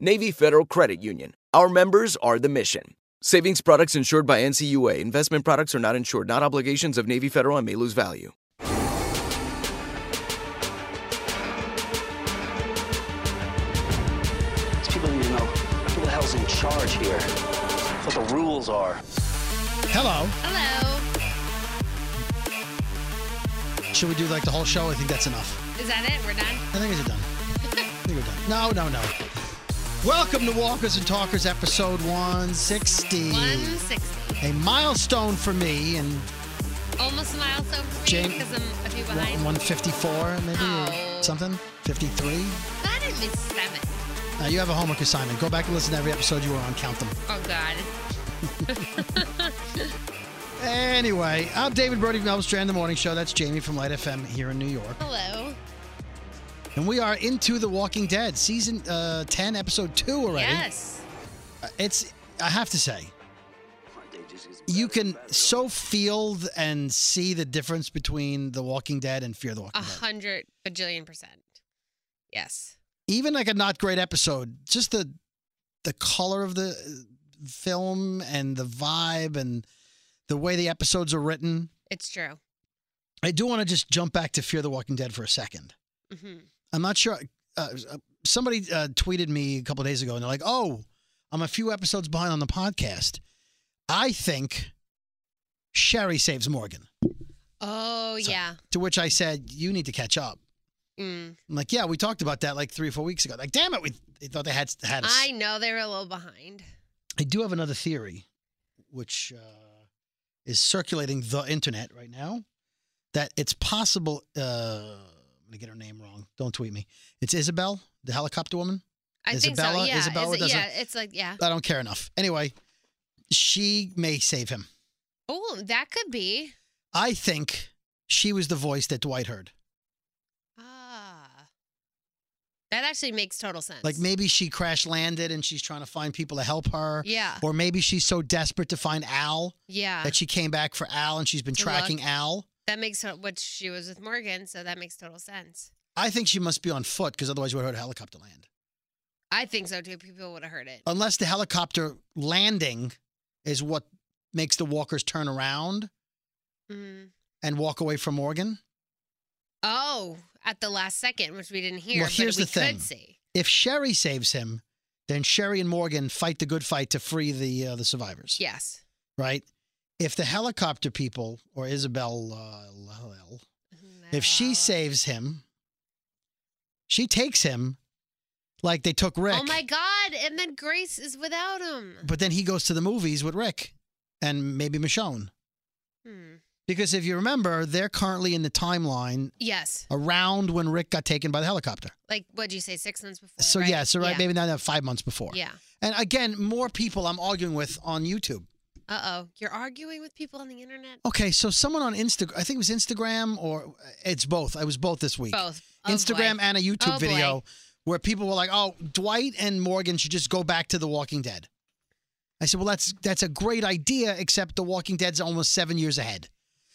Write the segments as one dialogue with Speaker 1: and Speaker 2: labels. Speaker 1: Navy Federal Credit Union. Our members are the mission. Savings products insured by NCUA. Investment products are not insured, not obligations of Navy Federal and may lose value.
Speaker 2: These people need to know who the hell's in charge here, what the rules are.
Speaker 3: Hello.
Speaker 4: Hello.
Speaker 3: Should we do like the whole show? I think that's enough.
Speaker 4: Is that it? We're done?
Speaker 3: I think it's done. I think we're done. No, no, no. Welcome to Walkers and Talkers, episode 160.
Speaker 4: 160.
Speaker 3: A milestone for me, and
Speaker 4: Almost a milestone for me
Speaker 3: Jane-
Speaker 4: because I'm a few
Speaker 3: one-
Speaker 4: behind.
Speaker 3: 154, maybe
Speaker 4: Oh.
Speaker 3: or something. 53.
Speaker 4: That I missed seven.
Speaker 3: Now you have a homework assignment. Go back and listen to every episode you were on. Count them.
Speaker 4: Oh, God.
Speaker 3: Anyway, I'm David Brody from Elvis Strand, The Morning Show. That's Jamie from Light FM here in New York,
Speaker 4: Hello.
Speaker 3: and we are into The Walking Dead, season uh, 10, episode two already.
Speaker 4: Yes.
Speaker 3: It's. I have to say, you can so feel th- and see the difference between The Walking Dead and Fear the
Speaker 4: A
Speaker 3: Walking Dead.
Speaker 4: hundred bajillion percent. Yes.
Speaker 3: Even like a not great episode, just the the color of the uh, film and the vibe and the way the episodes are written.
Speaker 4: It's true.
Speaker 3: I do want to just jump back to Fear the Walking Dead for a second.
Speaker 4: hmm
Speaker 3: I'm not sure. Uh, somebody uh, tweeted me a couple days ago, and they're like, "Oh, I'm a few episodes behind on the podcast. I think Sherry saves Morgan."
Speaker 4: Oh,
Speaker 3: So-
Speaker 4: yeah.
Speaker 3: To which I said, "You need to catch up."
Speaker 4: Mm.
Speaker 3: I'm like, yeah, we talked about that like three or four weeks ago. Like, damn it, we they thought they had had us.
Speaker 4: I know they were a little behind.
Speaker 3: I do have another theory, which uh, is circulating the internet right now, that it's possible. Uh, I'm gonna get her name wrong. Don't tweet me. It's Isabel, the helicopter woman.
Speaker 4: I think
Speaker 3: Isabella-
Speaker 4: so. Yeah.
Speaker 3: Isabella
Speaker 4: Is it-
Speaker 3: doesn't-
Speaker 4: yeah. It's like, yeah.
Speaker 3: I don't care enough. Anyway, she may save him.
Speaker 4: Oh, that could be.
Speaker 3: I think she was the voice that Dwight heard.
Speaker 4: Ah. That actually makes total sense.
Speaker 3: Like maybe she crash landed and she's trying to find people to help her.
Speaker 4: Yeah.
Speaker 3: Or maybe she's so desperate to find Al
Speaker 4: Yeah.
Speaker 3: that she came back for Al and she's been
Speaker 4: To
Speaker 3: tracking
Speaker 4: look.
Speaker 3: Al.
Speaker 4: That makes to- which she was with Morgan, so that makes total sense.
Speaker 3: I think she must be on foot because otherwise you would have heard a helicopter land.
Speaker 4: I think so too. People would have heard it.
Speaker 3: Unless the helicopter landing is what makes the walkers turn around Oh.
Speaker 4: Mhm.
Speaker 3: and walk away from Morgan.
Speaker 4: Oh, at the last second, which we didn't hear,
Speaker 3: Well, here's
Speaker 4: but we
Speaker 3: the thing.
Speaker 4: could see.
Speaker 3: If Sherry saves him, then Sherry and Morgan fight the good fight to free the uh, the survivors.
Speaker 4: Yes.
Speaker 3: Right. If the helicopter people or Isabel, uh, Lell, if she
Speaker 4: No.
Speaker 3: saves him, She takes him like they took Rick.
Speaker 4: Oh my God. And then Grace is without him.
Speaker 3: But then he goes to the movies with Rick and maybe Michonne.
Speaker 4: Hmm.
Speaker 3: Because if you remember, they're currently in the timeline
Speaker 4: Yes.
Speaker 3: around when Rick got taken by the helicopter.
Speaker 4: Like, what'd you say? Six months before?
Speaker 3: So
Speaker 4: right?
Speaker 3: yeah, so right,
Speaker 4: yeah.
Speaker 3: maybe not uh, five months before.
Speaker 4: Yeah.
Speaker 3: And again, more people I'm arguing with on YouTube.
Speaker 4: Uh oh. You're arguing with people on the internet?
Speaker 3: Okay, so someone on Instagram, I think it was Instagram or uh, it's both. I was both this week.
Speaker 4: Both. Oh, boy.
Speaker 3: Instagram and a YouTube
Speaker 4: Oh, boy.
Speaker 3: video where people were like, "Oh, Dwight and Morgan should just go back to The Walking Dead." I said, "Well, that's that's a great idea, except The Walking Dead's almost seven years ahead."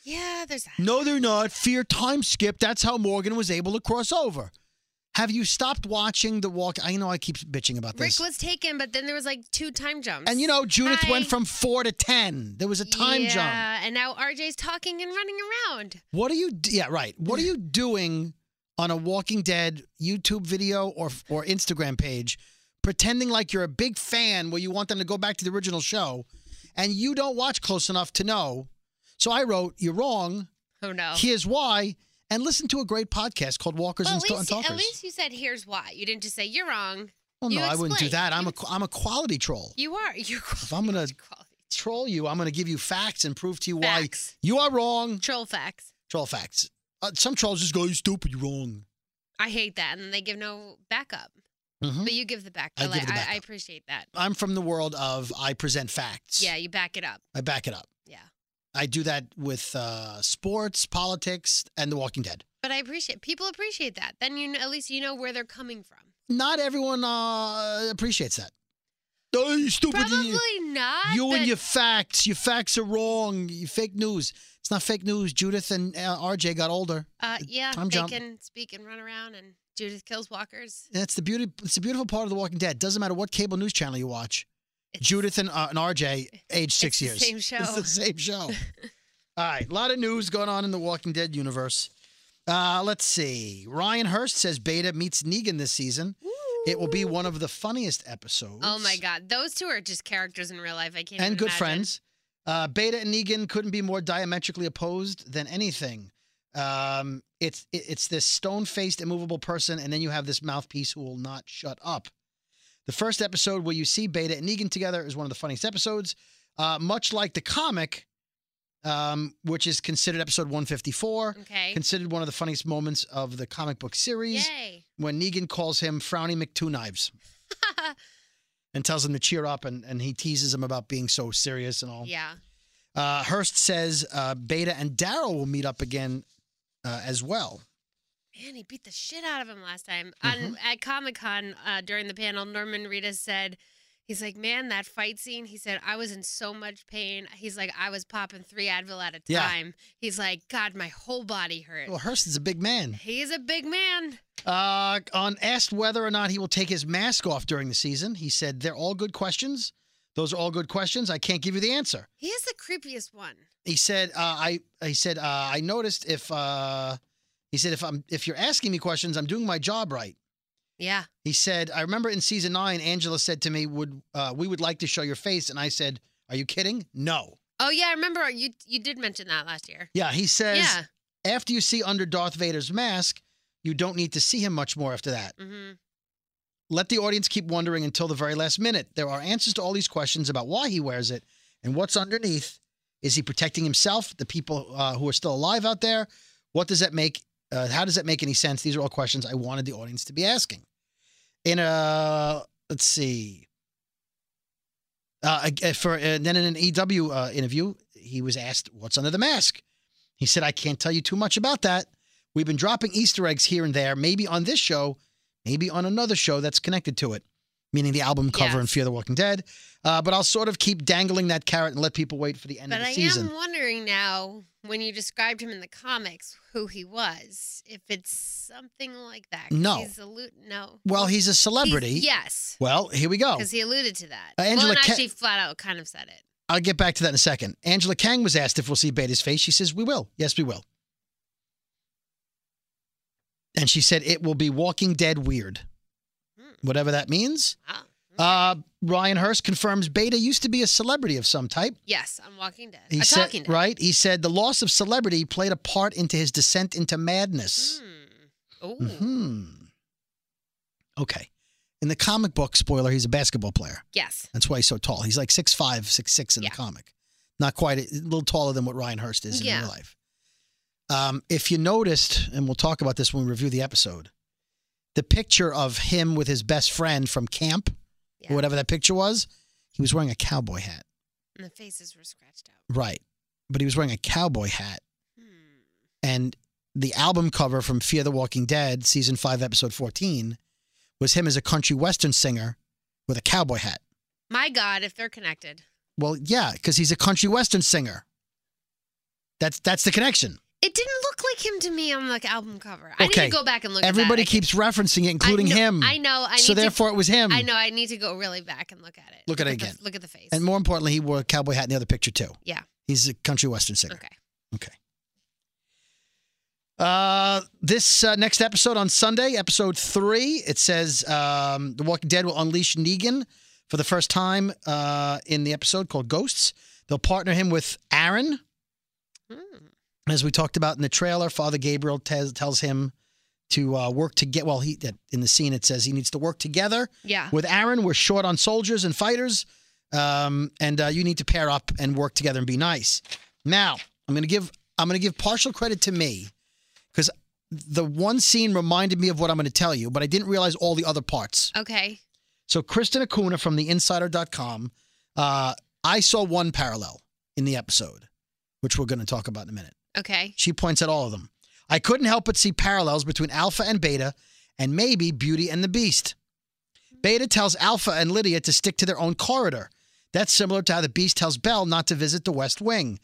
Speaker 4: Yeah, there's that.
Speaker 3: No, they're not. Fear time skip. That's how Morgan was able to cross over. Have you stopped watching The Walk? I know I keep bitching about
Speaker 4: Rick
Speaker 3: this.
Speaker 4: was taken, but then there was like two time jumps.
Speaker 3: and you know, Judith
Speaker 4: Hi.
Speaker 3: went from four to ten. There was a time
Speaker 4: yeah,
Speaker 3: jump.
Speaker 4: and now RJ's talking and running around.
Speaker 3: What are you? d- Yeah, right. What are you doing on a Walking Dead YouTube video or or Instagram page, pretending like you're a big fan where you want them to go back to the original show, and you don't watch close enough to know? So I wrote, "You're wrong.
Speaker 4: Oh no.
Speaker 3: Here's why." And listen to a great podcast called Walkers
Speaker 4: well,
Speaker 3: and,
Speaker 4: at
Speaker 3: Sto- and
Speaker 4: least,
Speaker 3: Talkers.
Speaker 4: at least you said here's why. You didn't just say you're wrong.
Speaker 3: well,
Speaker 4: you
Speaker 3: no, I wouldn't do
Speaker 4: explained.
Speaker 3: that. I'm
Speaker 4: You-
Speaker 3: a I'm a quality troll.
Speaker 4: You are. You're
Speaker 3: If I'm gonna
Speaker 4: quality.
Speaker 3: troll you, I'm gonna give you facts and prove to you
Speaker 4: Facts.
Speaker 3: why you are wrong.
Speaker 4: Troll facts.
Speaker 3: Troll facts. Uh, some trolls just go, "You're stupid. You're wrong."
Speaker 4: I hate that, and then they give no backup.
Speaker 3: Mhm.
Speaker 4: But you give the backup.
Speaker 3: I give the
Speaker 4: I, I
Speaker 3: backup.
Speaker 4: appreciate that.
Speaker 3: I'm from the world of I present facts.
Speaker 4: Yeah, you back it up.
Speaker 3: I back it up.
Speaker 4: Yeah,
Speaker 3: I do that with uh, sports, politics, and The Walking Dead.
Speaker 4: but I appreciate people appreciate that. Then you know, at least you know where they're coming from.
Speaker 3: Not everyone uh, appreciates that. Oh, you stupid!
Speaker 4: Probably
Speaker 3: You,
Speaker 4: not.
Speaker 3: you
Speaker 4: but-
Speaker 3: and your facts. Your facts are wrong. You fake news. It's not fake news. Judith and uh, RJ got older.
Speaker 4: Uh, yeah,
Speaker 3: Time
Speaker 4: they
Speaker 3: jump.
Speaker 4: can speak and run around, and Judith kills walkers.
Speaker 3: That's the beauty. It's the beautiful part of The Walking Dead. Doesn't matter what cable news channel you watch.
Speaker 4: It's-
Speaker 3: Judith and, uh, and RJ, age six
Speaker 4: the
Speaker 3: years.
Speaker 4: same
Speaker 3: It's
Speaker 4: show.
Speaker 3: the same show. All right, a lot of news going on in the Walking Dead universe. Uh, let's see. Ryan Hurst says Beta meets Negan this season. It will be one of the funniest episodes.
Speaker 4: Oh my God, those two are just characters in real life. I can't.
Speaker 3: And
Speaker 4: even
Speaker 3: good
Speaker 4: imagine.
Speaker 3: friends. Uh, Beta and Negan couldn't be more diametrically opposed than anything. Um, it's it- it's this stone-faced, immovable person, and then you have this mouthpiece who will not shut up. The first episode where you see Beta and Negan together is one of the funniest episodes. Uh, much like the comic, um, which is considered episode 154,
Speaker 4: Okay.
Speaker 3: considered one of the funniest moments of the comic book series
Speaker 4: Yay.
Speaker 3: when Negan calls him Frowny McTwo Knives and tells him to cheer up, and, and he teases him about being so serious and all.
Speaker 4: yeah.
Speaker 3: Uh, Hurst says uh, Beta and Daryl will meet up again uh, as well.
Speaker 4: Man, he beat the shit out of him last time. On,
Speaker 3: Mm-hmm.
Speaker 4: at Comic Con uh, during the panel, Norman Rita said, He's like, Man, that fight scene. He said, I was in so much pain. He's like, I was popping three Advil at a
Speaker 3: Yeah.
Speaker 4: time. He's like, God, my whole body hurt.
Speaker 3: Well, Hurst is a big man.
Speaker 4: He is a big man.
Speaker 3: Uh, on asked whether or not he will take his mask off during the season, he said, They're all good questions. Those are all good questions. I can't give you the answer.
Speaker 4: He is the creepiest one.
Speaker 3: He said, uh, I he said, uh, I noticed if uh, he said if I'm if you're asking me questions, I'm doing my job right.
Speaker 4: Yeah.
Speaker 3: He said, I remember in season nine, Angela said to me, Would uh, we would like to show your face? And I said, Are you kidding? No.
Speaker 4: Oh, yeah. I remember you you did mention that last year.
Speaker 3: Yeah, he says
Speaker 4: yeah.
Speaker 3: after you see under Darth Vader's mask, you don't need to see him much more after that.
Speaker 4: hmm
Speaker 3: Let the audience keep wondering until the very last minute. There are answers to all these questions about why he wears it and what's underneath. Is he protecting himself, the people uh, who are still alive out there? What does that make? Uh, how does that make any sense? These are all questions I wanted the audience to be asking. In a let's see, uh, ag- for uh, then in an EW uh, interview, he was asked what's under the mask. He said, "I can't tell you too much about that. We've been dropping Easter eggs here and there, maybe on this show, maybe on another show that's connected to it, meaning the album cover
Speaker 4: Yes.
Speaker 3: and Fear the Walking Dead. Uh, but I'll sort of keep dangling that carrot and let people wait for the end
Speaker 4: But
Speaker 3: of the
Speaker 4: I
Speaker 3: season.
Speaker 4: am wondering now, when you described him in the comics, who he was, if it's something like that. 'cause
Speaker 3: No.
Speaker 4: He's a lo- no.
Speaker 3: Well, he's a
Speaker 4: He's-
Speaker 3: celebrity.
Speaker 4: yes.
Speaker 3: Well, here we go.
Speaker 4: Because he alluded to that.
Speaker 3: Uh, Angela
Speaker 4: well, and
Speaker 3: Ca-
Speaker 4: actually, flat out kind of said it.
Speaker 3: I'll get back to that in a second. Angela Kang was asked if we'll see Beta's face. She says, We will. Yes, we will. And she said, It will be Walking Dead weird.
Speaker 4: Hmm.
Speaker 3: Whatever that means.
Speaker 4: Wow.
Speaker 3: Uh, Ryan Hurst confirms Beta used to be a celebrity of some type.
Speaker 4: yes, I'm Walking Dead.
Speaker 3: He
Speaker 4: a
Speaker 3: said,
Speaker 4: Talking Dead.
Speaker 3: Right? He said, The loss of celebrity played a part into his descent into madness.
Speaker 4: Hmm. Oh,
Speaker 3: Hmm. Okay. In the comic book, spoiler, he's a basketball player.
Speaker 4: Yes.
Speaker 3: That's why he's so tall. He's like 6'5, 6'6 in
Speaker 4: Yeah.
Speaker 3: the comic. Not quite, a little taller than what Ryan Hurst is in
Speaker 4: Yeah.
Speaker 3: real life. Um, if you noticed, and we'll talk about this when we review the episode, the picture of him with his best friend from camp,
Speaker 4: Yeah.
Speaker 3: or whatever that picture was, he was wearing a cowboy hat.
Speaker 4: And the faces were scratched out.
Speaker 3: Right. But he was wearing a cowboy hat.
Speaker 4: Hmm.
Speaker 3: And the album cover from Fear the Walking Dead, season five, episode 14, was him as a country western singer with a cowboy hat.
Speaker 4: My God, if they're connected.
Speaker 3: Well, yeah, because he's a country western singer. That's that's the connection.
Speaker 4: It didn't look like him to me on the album cover.
Speaker 3: Okay.
Speaker 4: I need to go back and look
Speaker 3: Everybody
Speaker 4: at that. I-
Speaker 3: keeps referencing it,
Speaker 4: I
Speaker 3: including
Speaker 4: know-
Speaker 3: him.
Speaker 4: I know. I need
Speaker 3: so
Speaker 4: to-
Speaker 3: therefore, it was him.
Speaker 4: I know. I need to go really back and look at it.
Speaker 3: Look at it
Speaker 4: the-
Speaker 3: again.
Speaker 4: look at the face.
Speaker 3: And more importantly, he wore a cowboy hat in the other picture too.
Speaker 4: Yeah.
Speaker 3: He's a country western singer.
Speaker 4: Okay.
Speaker 3: Okay. Uh, this uh, next episode on Sunday, episode three, it says um, The Walking Dead will unleash Negan for the first time uh, in the episode called Ghosts. They'll partner him with Aaron.
Speaker 4: Hmm.
Speaker 3: As we talked about in the trailer, Father Gabriel tells tells him to uh, work to get. Well, he that- in the scene it says he needs to work together
Speaker 4: Yeah.
Speaker 3: with Aaron. We're short on soldiers and fighters, um, and uh, you need to pair up and work together and be nice. Now, I'm gonna give I'm gonna give partial credit to me because the one scene reminded me of what I'm gonna tell you, but I didn't realize all the other parts.
Speaker 4: Okay.
Speaker 3: So, Kristen Acuna from the Insider.com, uh, I saw one parallel in the episode, which we're gonna talk about in a minute.
Speaker 4: Okay.
Speaker 3: She points at all of them. I couldn't help but see parallels between Alpha and Beta and maybe Beauty and the Beast. Beta tells Alpha and Lydia to stick to their own corridor. That's similar to how the Beast tells Belle not to visit the West Wing.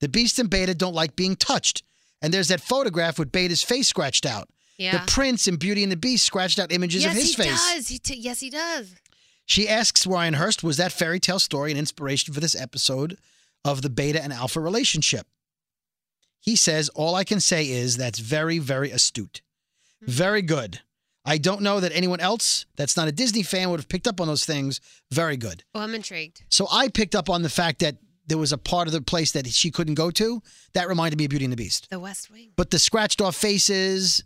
Speaker 3: The Beast and Beta don't like being touched. And there's that photograph with Beta's face scratched out.
Speaker 4: Yeah.
Speaker 3: The Prince in Beauty and the Beast scratched out images
Speaker 4: yes,
Speaker 3: of his
Speaker 4: he
Speaker 3: face.
Speaker 4: does. He t- yes, he does.
Speaker 3: She asks Ryan Hurst, was that fairy tale story an inspiration for this episode of the beta and alpha relationship? He says, All I can say is that's very, very astute.
Speaker 4: Hmm.
Speaker 3: Very good. I don't know that anyone else that's not a Disney fan would have picked up on those things. Very good.
Speaker 4: Oh, I'm intrigued.
Speaker 3: So I picked up on the fact that there was a part of the place that she couldn't go to. That reminded me of Beauty and the Beast.
Speaker 4: The West Wing.
Speaker 3: But the scratched off faces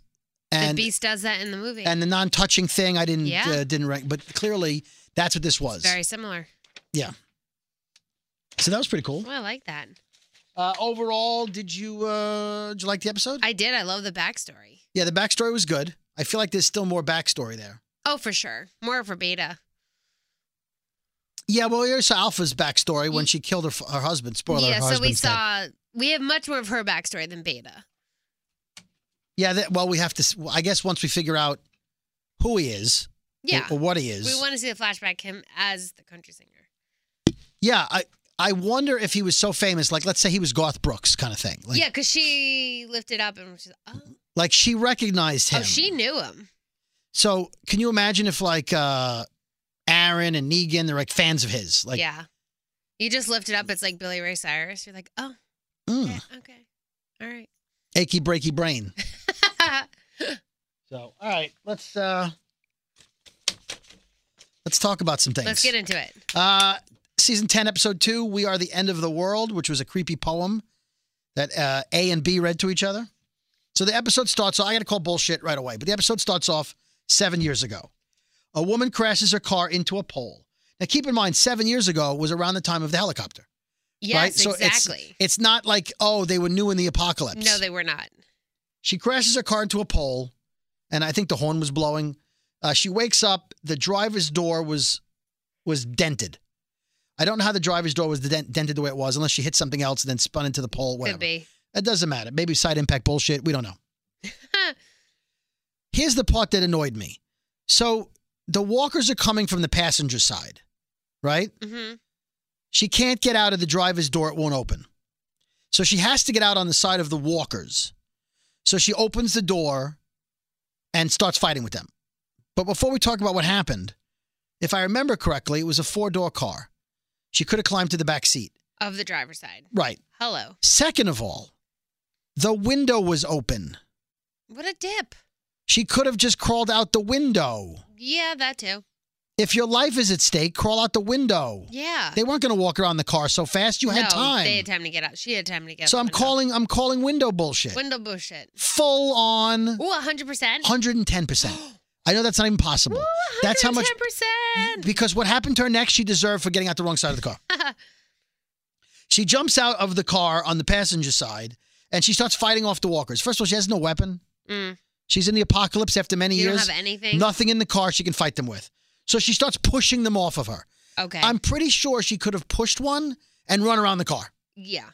Speaker 3: and
Speaker 4: the Beast does that in the movie.
Speaker 3: and the non touching thing, I didn't
Speaker 4: Yeah.
Speaker 3: uh, didn't rank. But clearly, that's what this was.
Speaker 4: Very similar.
Speaker 3: Yeah. So that was pretty cool.
Speaker 4: Oh, I like that.
Speaker 3: Uh, overall, did you uh, did you like the episode?
Speaker 4: I did. I love the backstory.
Speaker 3: yeah, the backstory was good. I feel like there's still more backstory there.
Speaker 4: Oh, for sure. More for Beta.
Speaker 3: Yeah, well, here's Alpha's backstory when she killed her, f- her husband. Spoiler:
Speaker 4: Mm. yeah.
Speaker 3: her
Speaker 4: So we
Speaker 3: husband's dead.
Speaker 4: saw. We have much more of her backstory than Beta.
Speaker 3: Yeah, that, well, we have to. s- well, I guess once we figure out who he is, or-
Speaker 4: Yeah.
Speaker 3: or, what he is.
Speaker 4: We want to see the flashback him as the country singer.
Speaker 3: yeah, I I wonder if he was so famous, like let's say he was Garth Brooks kind of thing. Like,
Speaker 4: yeah, because she lifted up and she's like, oh,
Speaker 3: like she recognized him.
Speaker 4: oh, she knew him.
Speaker 3: So can you imagine if like uh, Aaron and Negan, they're like fans of his, like
Speaker 4: yeah. You just lift it up. It's like Billy Ray Cyrus. You're like, oh,
Speaker 3: mm,
Speaker 4: okay, okay. all right.
Speaker 3: achy breaky brain. So, all right, let's uh let's talk about some things.
Speaker 4: Let's get into it.
Speaker 3: Uh season 10 episode 2, We Are the End of the World, which was a creepy poem that uh A and B read to each other. So the episode starts off, I got to call bullshit right away, but the episode starts off 7 years ago. A woman crashes her car into a pole. Now keep in mind 7 years ago was around the time of the helicopter,
Speaker 4: Yes,
Speaker 3: right? So it's-
Speaker 4: exactly.
Speaker 3: it's not like, oh, they were new in the apocalypse.
Speaker 4: No, they were not.
Speaker 3: She crashes her car into a pole, and I think the horn was blowing. Uh, she wakes up. The driver's door was was dented. I don't know how the driver's door was dent- dented the way it was, unless she hit something else and then spun into the pole. Whatever.
Speaker 4: Could be.
Speaker 3: It doesn't matter. Maybe side impact bullshit. We don't know. Here's the part that annoyed me. So the walkers are coming from the passenger side, right?
Speaker 4: hmm
Speaker 3: She can't get out of the driver's door, it won't open. So she has to get out on the side of the walkers. So she opens the door and starts fighting with them. But before we talk about what happened, if I remember correctly, it was a four door car. She could have climbed to the back seat.
Speaker 4: Of the driver's side.
Speaker 3: Right.
Speaker 4: Hello.
Speaker 3: Second of all, the window was open.
Speaker 4: What a dip.
Speaker 3: She could have just crawled out the window.
Speaker 4: Yeah, that too.
Speaker 3: If your life is at stake, crawl out the window.
Speaker 4: Yeah.
Speaker 3: They weren't going to walk around the car so fast. You had
Speaker 4: No,
Speaker 3: time.
Speaker 4: They had time to get out. She had time to get out.
Speaker 3: so
Speaker 4: the
Speaker 3: I'm
Speaker 4: window.
Speaker 3: calling. I'm calling window bullshit.
Speaker 4: Window bullshit.
Speaker 3: full on
Speaker 4: Oh, 100%.
Speaker 3: 110%. I know that's not even possible. That's how much-
Speaker 4: 10%.
Speaker 3: Because what happened to her next, she deserved for getting out the wrong side of the car. she jumps out of the car on the passenger side and she starts fighting off the walkers. First of all, she has no weapon.
Speaker 4: Mm.
Speaker 3: She's in the apocalypse after many
Speaker 4: You don't
Speaker 3: years.
Speaker 4: have anything?
Speaker 3: Nothing in the car she can fight them with. So she starts pushing them off of her.
Speaker 4: Okay.
Speaker 3: I'm pretty sure she could have pushed one and run around the car.
Speaker 4: yeah.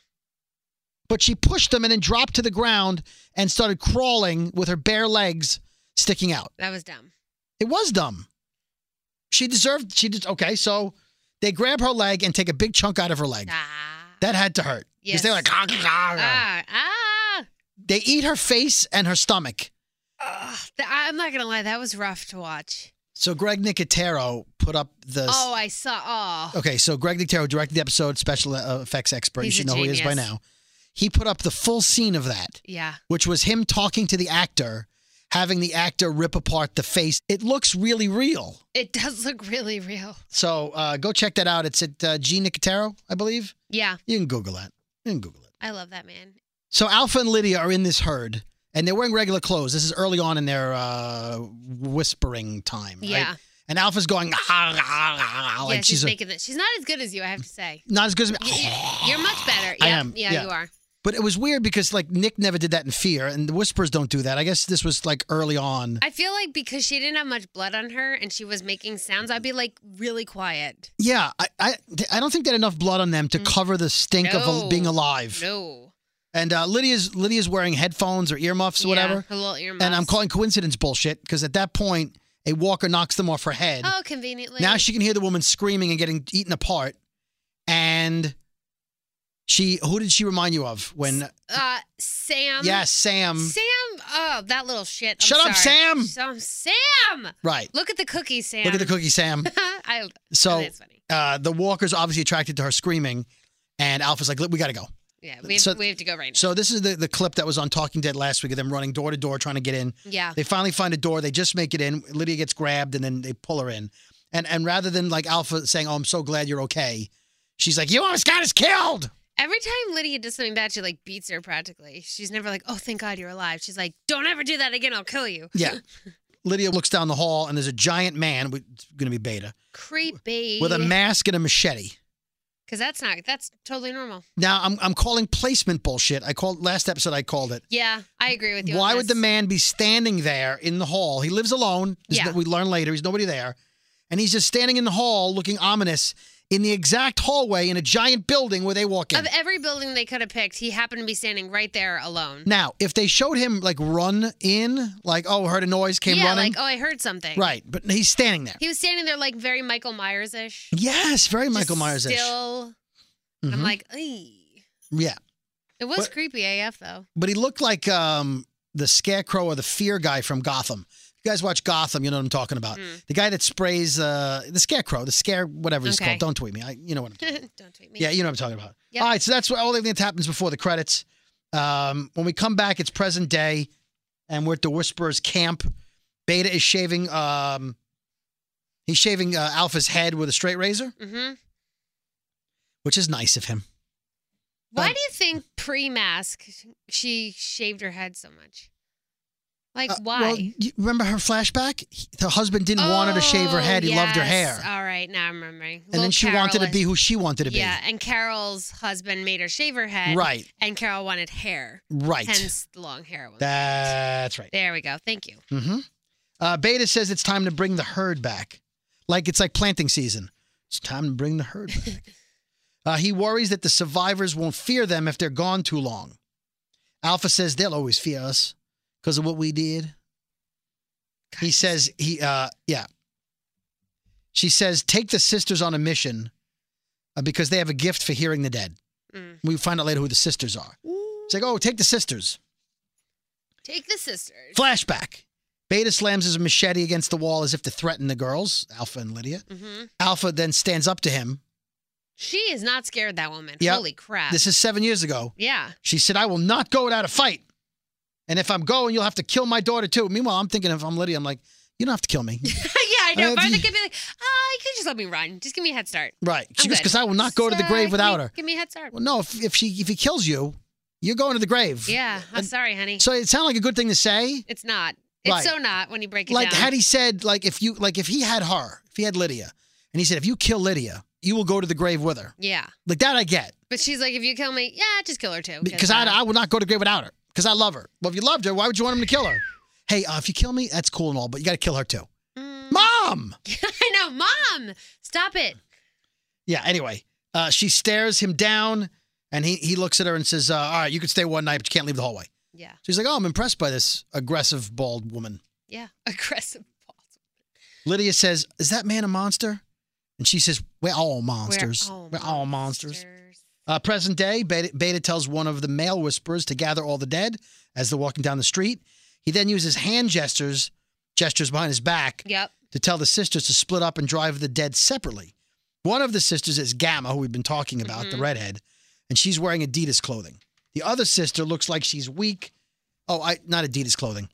Speaker 3: But she pushed them and then dropped to the ground and started crawling with her bare legs sticking out.
Speaker 4: That was dumb.
Speaker 3: It was dumb. She deserved. She did. Okay, so they grab her leg and take a big chunk out of her leg.
Speaker 4: Ah.
Speaker 3: That had to hurt. Because they're like,
Speaker 4: Yes.
Speaker 3: "Gah, gah, gah, gah."
Speaker 4: Ah. Ah.
Speaker 3: they eat her face and her stomach.
Speaker 4: Ugh. Th- I'm not gonna lie, that was rough to watch.
Speaker 3: So Greg Nicotero put up the.
Speaker 4: Oh, I saw. Oh,
Speaker 3: Okay, so Greg Nicotero directed the episode, special uh, effects expert.
Speaker 4: He's
Speaker 3: you should
Speaker 4: a
Speaker 3: know who he is by
Speaker 4: genius.
Speaker 3: now. He put up the full scene of that,
Speaker 4: yeah.
Speaker 3: which was him talking to the actor, having the actor rip apart the face. It looks really real.
Speaker 4: It does look really real.
Speaker 3: So uh, go check that out. It's at uh, G Nicotero, I believe.
Speaker 4: Yeah,
Speaker 3: You can Google that. You can Google it.
Speaker 4: I love that man.
Speaker 3: So Alpha and Lydia are in this herd, and they're wearing regular clothes. This is early on in their uh, whispering time. right?
Speaker 4: Yeah,
Speaker 3: And Alpha's going, "Ah, ah, ah, ah," like
Speaker 4: yeah. She's,
Speaker 3: she's a-
Speaker 4: making that. She's not as good as you, I have to say.
Speaker 3: not as good as me.
Speaker 4: You, are much better.
Speaker 3: I
Speaker 4: Yeah,
Speaker 3: am,
Speaker 4: Yeah,
Speaker 3: yeah.
Speaker 4: you are.
Speaker 3: But it was weird because like Nick never did that in Fear, and the Whispers don't do that. I guess this was like early on.
Speaker 4: I feel like because she didn't have much blood on her and she was making sounds, I'd be like really quiet.
Speaker 3: yeah, I, I I don't think they had enough blood on them to cover the stink of
Speaker 4: Mm. No.
Speaker 3: al- being alive.
Speaker 4: No.
Speaker 3: And uh, Lydia's Lydia's wearing headphones or earmuffs or
Speaker 4: Yeah,
Speaker 3: whatever.
Speaker 4: her little earmuffs.
Speaker 3: And I'm calling coincidence bullshit because at that point a walker knocks them off her head.
Speaker 4: Oh, conveniently.
Speaker 3: Now she can hear the woman screaming and getting eaten apart. And she, who did she remind you of? When,
Speaker 4: Uh, Sam.
Speaker 3: yes, Sam.
Speaker 4: Sam. Oh, that little shit. I'm
Speaker 3: Shut up,
Speaker 4: sorry.
Speaker 3: Sam!
Speaker 4: Sam. Sam.
Speaker 3: Right.
Speaker 4: Look at the cookies, Sam.
Speaker 3: Look at the cookie, Sam.
Speaker 4: I,
Speaker 3: So-
Speaker 4: that's funny.
Speaker 3: uh, the walker's obviously attracted to her screaming. And Alpha's like, "Look, we got to go.
Speaker 4: Yeah, we have,
Speaker 3: so-
Speaker 4: we have to go right now.
Speaker 3: So this is the, the clip that was on Talking Dead last week of them running door to door trying to get in.
Speaker 4: yeah.
Speaker 3: They finally find a door. They just make it in. Lydia gets grabbed and then they pull her in. And and rather than like Alpha saying, "Oh, I'm so glad you're okay," she's like, "You almost got us killed."
Speaker 4: Every time Lydia does something bad, she like beats her practically. She's never like, "Oh, thank God you're alive." She's like, "Don't ever do that again. I'll kill you."
Speaker 3: Yeah. Lydia looks down the hall and there's a giant man. we- It's going to be Beta.
Speaker 4: Creepy.
Speaker 3: with a mask and a machete.
Speaker 4: Because that's not. That's totally normal.
Speaker 3: Now I'm I'm calling placement bullshit. I called last episode. I called it.
Speaker 4: Yeah, I agree with you. on
Speaker 3: Why would the
Speaker 4: this.
Speaker 3: man be standing there in the hall? He lives alone. This is
Speaker 4: Yeah.
Speaker 3: what we learn later. He's nobody there, and he's just standing in the hall looking ominous in the exact hallway in a giant building where they walk in.
Speaker 4: of every building they could have picked? He happened to be standing right there alone.
Speaker 3: now, if they showed him like run in, like oh heard a noise, came
Speaker 4: yeah,
Speaker 3: running,
Speaker 4: like oh, I heard something.
Speaker 3: right? But he's standing there.
Speaker 4: He was standing there like very Michael Myers ish.
Speaker 3: yes, very Michael Myers ish.
Speaker 4: Still. I'm like, Ey.
Speaker 3: Yeah,
Speaker 4: it was
Speaker 3: What-
Speaker 4: creepy AF though.
Speaker 3: but he looked like um, the scarecrow or the fear guy from Gotham. If you guys watch Gotham, you know what I'm talking about.
Speaker 4: Hmm.
Speaker 3: The guy that sprays uh, the scarecrow, the scare whatever he's
Speaker 4: Okay.
Speaker 3: called. Don't tweet me. I, you know what I'm talking about.
Speaker 4: Don't tweet me.
Speaker 3: yeah, you know what I'm talking about.
Speaker 4: Yep.
Speaker 3: All right, so that's what all that happens before the credits. Um, when we come back, it's present day, and we're at the Whisperers camp. Beta is shaving. Um, he's shaving uh, Alpha's head with a straight razor,
Speaker 4: Mm-hmm.
Speaker 3: which is nice of him.
Speaker 4: Why
Speaker 3: Um,
Speaker 4: do you think pre-mask she shaved her head so much? Like
Speaker 3: Uh,
Speaker 4: why?
Speaker 3: Well, you remember her flashback? He- her husband didn't want her to shave her
Speaker 4: Oh,
Speaker 3: head. He loved her hair.
Speaker 4: yes. All right, now I'm remembering.
Speaker 3: and then she wanted to be who she wanted to be.
Speaker 4: Yeah, and Carol's husband made her shave her head.
Speaker 3: Right.
Speaker 4: And Carol wanted hair.
Speaker 3: Right.
Speaker 4: Hence the long hair one.
Speaker 3: That's right.
Speaker 4: there we go. Thank you.
Speaker 3: hmm Uh, Beta says it's time to bring the herd back. Like it's like planting season. It's time to bring the herd back. uh, he worries that the survivors won't fear them if they're gone too long. Alpha says they'll always fear us because of what we did. He says he uh yeah. She says take the sisters on a mission uh, because they have a gift for hearing the dead.
Speaker 4: Mm.
Speaker 3: We find out later who the sisters are. It's like, oh, take the sisters.
Speaker 4: Take the sisters.
Speaker 3: Flashback. Beta slams his machete against the wall as if to threaten the girls, Alpha and Lydia.
Speaker 4: hmm
Speaker 3: Alpha then stands up to him.
Speaker 4: She is not scared, that woman.
Speaker 3: Yep.
Speaker 4: Holy crap.
Speaker 3: This is seven years ago.
Speaker 4: yeah.
Speaker 3: She said, I will not go without a fight. And if I'm going, you'll have to kill my daughter too. Meanwhile, I'm thinking if I'm Lydia, I'm like, you don't have to kill me.
Speaker 4: yeah, I know.
Speaker 3: Uh,
Speaker 4: If I
Speaker 3: the-
Speaker 4: could be like, ah, you could just let me run. Just give me a head start.
Speaker 3: right. She
Speaker 4: I'm
Speaker 3: goes,
Speaker 4: good.
Speaker 3: because I will not go to the
Speaker 4: Sir,
Speaker 3: grave
Speaker 4: give
Speaker 3: without
Speaker 4: me-
Speaker 3: her.
Speaker 4: Give me a head start.
Speaker 3: Well, no, if, if she if he kills you, you're going to the grave.
Speaker 4: yeah, I'm sorry, honey.
Speaker 3: So it sounded like a good thing to say,
Speaker 4: It's not. It's
Speaker 3: Right.
Speaker 4: so not when you break it
Speaker 3: like
Speaker 4: down.
Speaker 3: had he said like if you like if he had her if he had lydia and he said if you kill lydia you will go to the grave with her
Speaker 4: yeah.
Speaker 3: like that i get
Speaker 4: But she's like, if you kill me, yeah, just kill her too.
Speaker 3: because
Speaker 4: That's
Speaker 3: I,
Speaker 4: fine.
Speaker 3: I would not go to grave without her because i love her well if you loved her why would you want him to kill her hey uh, if you kill me that's cool and all but you gotta kill her too
Speaker 4: Mm.
Speaker 3: mom
Speaker 4: I know, mom, stop it.
Speaker 3: yeah anyway uh, she stares him down and he, he looks at her and says uh, all right you can stay one night but you can't leave the hallway
Speaker 4: Yeah,
Speaker 3: she's like oh i'm impressed by this aggressive bald woman
Speaker 4: yeah, aggressive. boss.
Speaker 3: lydia says is that man a monster and she says we're all monsters
Speaker 4: We're all,
Speaker 3: monsters. Uh, present day, Beta, Beta tells one of the male whisperers to gather all the dead as they're walking down the street. He then uses hand gestures, gestures behind his back,
Speaker 4: Yep.
Speaker 3: to tell the sisters to split up and drive the dead separately. One of the sisters is Gamma, who we've been talking about,
Speaker 4: Mm-hmm.
Speaker 3: the redhead, and she's wearing Adidas clothing. The other sister looks like she's weak. Oh, I not Adidas clothing.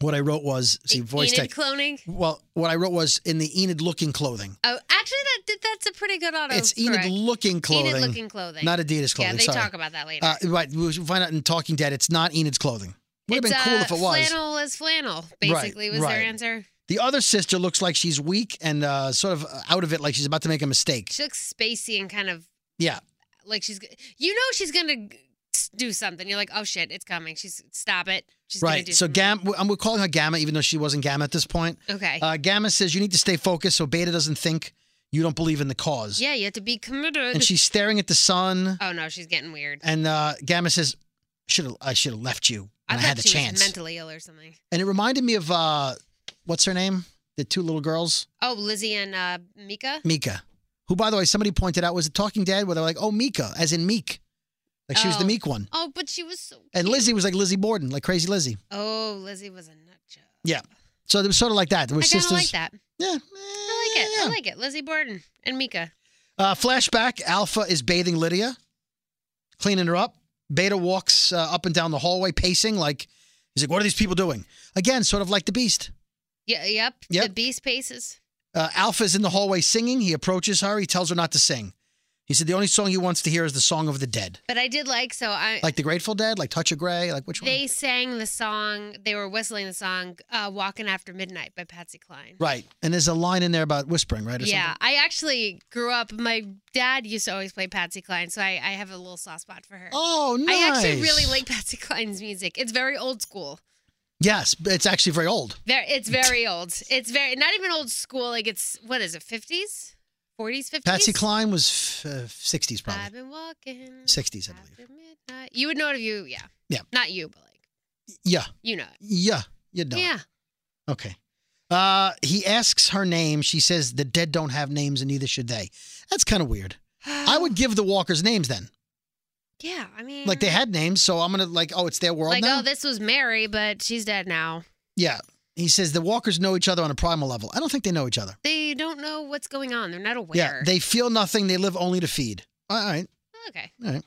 Speaker 3: What I wrote was see
Speaker 4: E-
Speaker 3: voice tech.
Speaker 4: Enid cloning.
Speaker 3: well, what I wrote was in the Enid looking clothing.
Speaker 4: Oh, actually, that did- that's a pretty good auto.
Speaker 3: it's Enid looking clothing,
Speaker 4: Oh, Enid looking clothing.
Speaker 3: not Adidas clothing.
Speaker 4: yeah, they
Speaker 3: sorry.
Speaker 4: talk about that later.
Speaker 3: Uh, right, we should find out in Talking Dead. It's not Enid's clothing. Would have
Speaker 4: It's,
Speaker 3: been cool
Speaker 4: uh,
Speaker 3: if it was.
Speaker 4: Flannel is flannel. Basically, was
Speaker 3: right.
Speaker 4: their answer.
Speaker 3: The other sister looks like she's weak and uh, sort of out of it, like she's about to make a mistake.
Speaker 4: She looks spacey and kind of
Speaker 3: Yeah,
Speaker 4: like she's. g- You know, she's gonna g- do something. You're like, oh shit, it's coming. She's stop it. She's Gonna
Speaker 3: right.
Speaker 4: do
Speaker 3: So
Speaker 4: something.
Speaker 3: Gamma, I'm we're calling her Gamma, even though she wasn't Gamma at this point.
Speaker 4: Okay.
Speaker 3: Uh, Gamma says you need to stay focused so Beta doesn't think you don't believe in the cause.
Speaker 4: yeah, you have to be committed.
Speaker 3: And she's staring at the sun.
Speaker 4: oh no, she's getting weird.
Speaker 3: And uh, Gamma says, "Should have I should have left you. when I,
Speaker 4: thought
Speaker 3: had the
Speaker 4: she was
Speaker 3: chance."
Speaker 4: mentally ill or something.
Speaker 3: and it reminded me of uh, what's her name? The two little girls.
Speaker 4: Oh, Lizzie and uh, Mika.
Speaker 3: Mika, who, by the way, somebody pointed out was a Talking Dead where they're like, oh, Mika, as in meek. Like she was the
Speaker 4: Oh.
Speaker 3: meek one.
Speaker 4: Oh, but she was so.
Speaker 3: And
Speaker 4: cute.
Speaker 3: Lizzie was like Lizzie Borden, like Crazy Lizzie.
Speaker 4: Oh, Lizzie was a nut job.
Speaker 3: Yeah. So it was sort of like that. There
Speaker 4: I
Speaker 3: were
Speaker 4: kind of
Speaker 3: sisters.
Speaker 4: like that.
Speaker 3: Yeah. I
Speaker 4: I like it. I like it. Lizzie Borden and Mika.
Speaker 3: Uh, flashback Alpha is bathing Lydia, cleaning her up. Beta walks uh, up and down the hallway, pacing like, he's like, what are these people doing? Again, sort of like the beast.
Speaker 4: Yeah. Yep. The
Speaker 3: Yep.
Speaker 4: beast paces.
Speaker 3: Uh, Alpha's in the hallway singing. He approaches her. He tells her not to sing. He said the only song he wants to hear is the song of the dead.
Speaker 4: But I did like so. I
Speaker 3: Like the Grateful Dead, like Touch of Grey, like which one?
Speaker 4: they sang the song. They were whistling the song uh, "Walking After Midnight" by Patsy Cline.
Speaker 3: Right. And there's a line in there about whispering, right? Or
Speaker 4: Yeah,
Speaker 3: Something.
Speaker 4: I actually grew up. My dad used to always play Patsy Cline, so I, I have a little soft spot for her.
Speaker 3: Oh, nice.
Speaker 4: I actually really like Patsy Cline's music. It's very old school.
Speaker 3: Yes, but it's actually very old.
Speaker 4: Very, it's very old. It's very not even old school. Like it's what is it? Fifties, forties, fifties.
Speaker 3: Patsy Cline was f- uh, 60s
Speaker 4: I've
Speaker 3: probably.
Speaker 4: been walking.
Speaker 3: 60s, I believe.
Speaker 4: after midnight. You would know it if you, yeah.
Speaker 3: Yeah.
Speaker 4: Not you, but like
Speaker 3: Yeah.
Speaker 4: you know. it.
Speaker 3: Yeah. You know. it.
Speaker 4: Yeah.
Speaker 3: Okay. Uh, he asks her name. She says the dead don't have names and neither should they. That's kind of weird. I would give the walkers names then.
Speaker 4: Yeah, I mean,
Speaker 3: Like they had names, so I'm going to like, oh, it's their world
Speaker 4: like
Speaker 3: now?
Speaker 4: oh, this was Mary, but she's dead now.
Speaker 3: yeah. He says the walkers know each other on a primal level. I don't think they know each other.
Speaker 4: They don't know what's going on. They're not aware. Oh,
Speaker 3: Yeah. They feel nothing. They live only to feed. All right.
Speaker 4: okay.
Speaker 3: All right.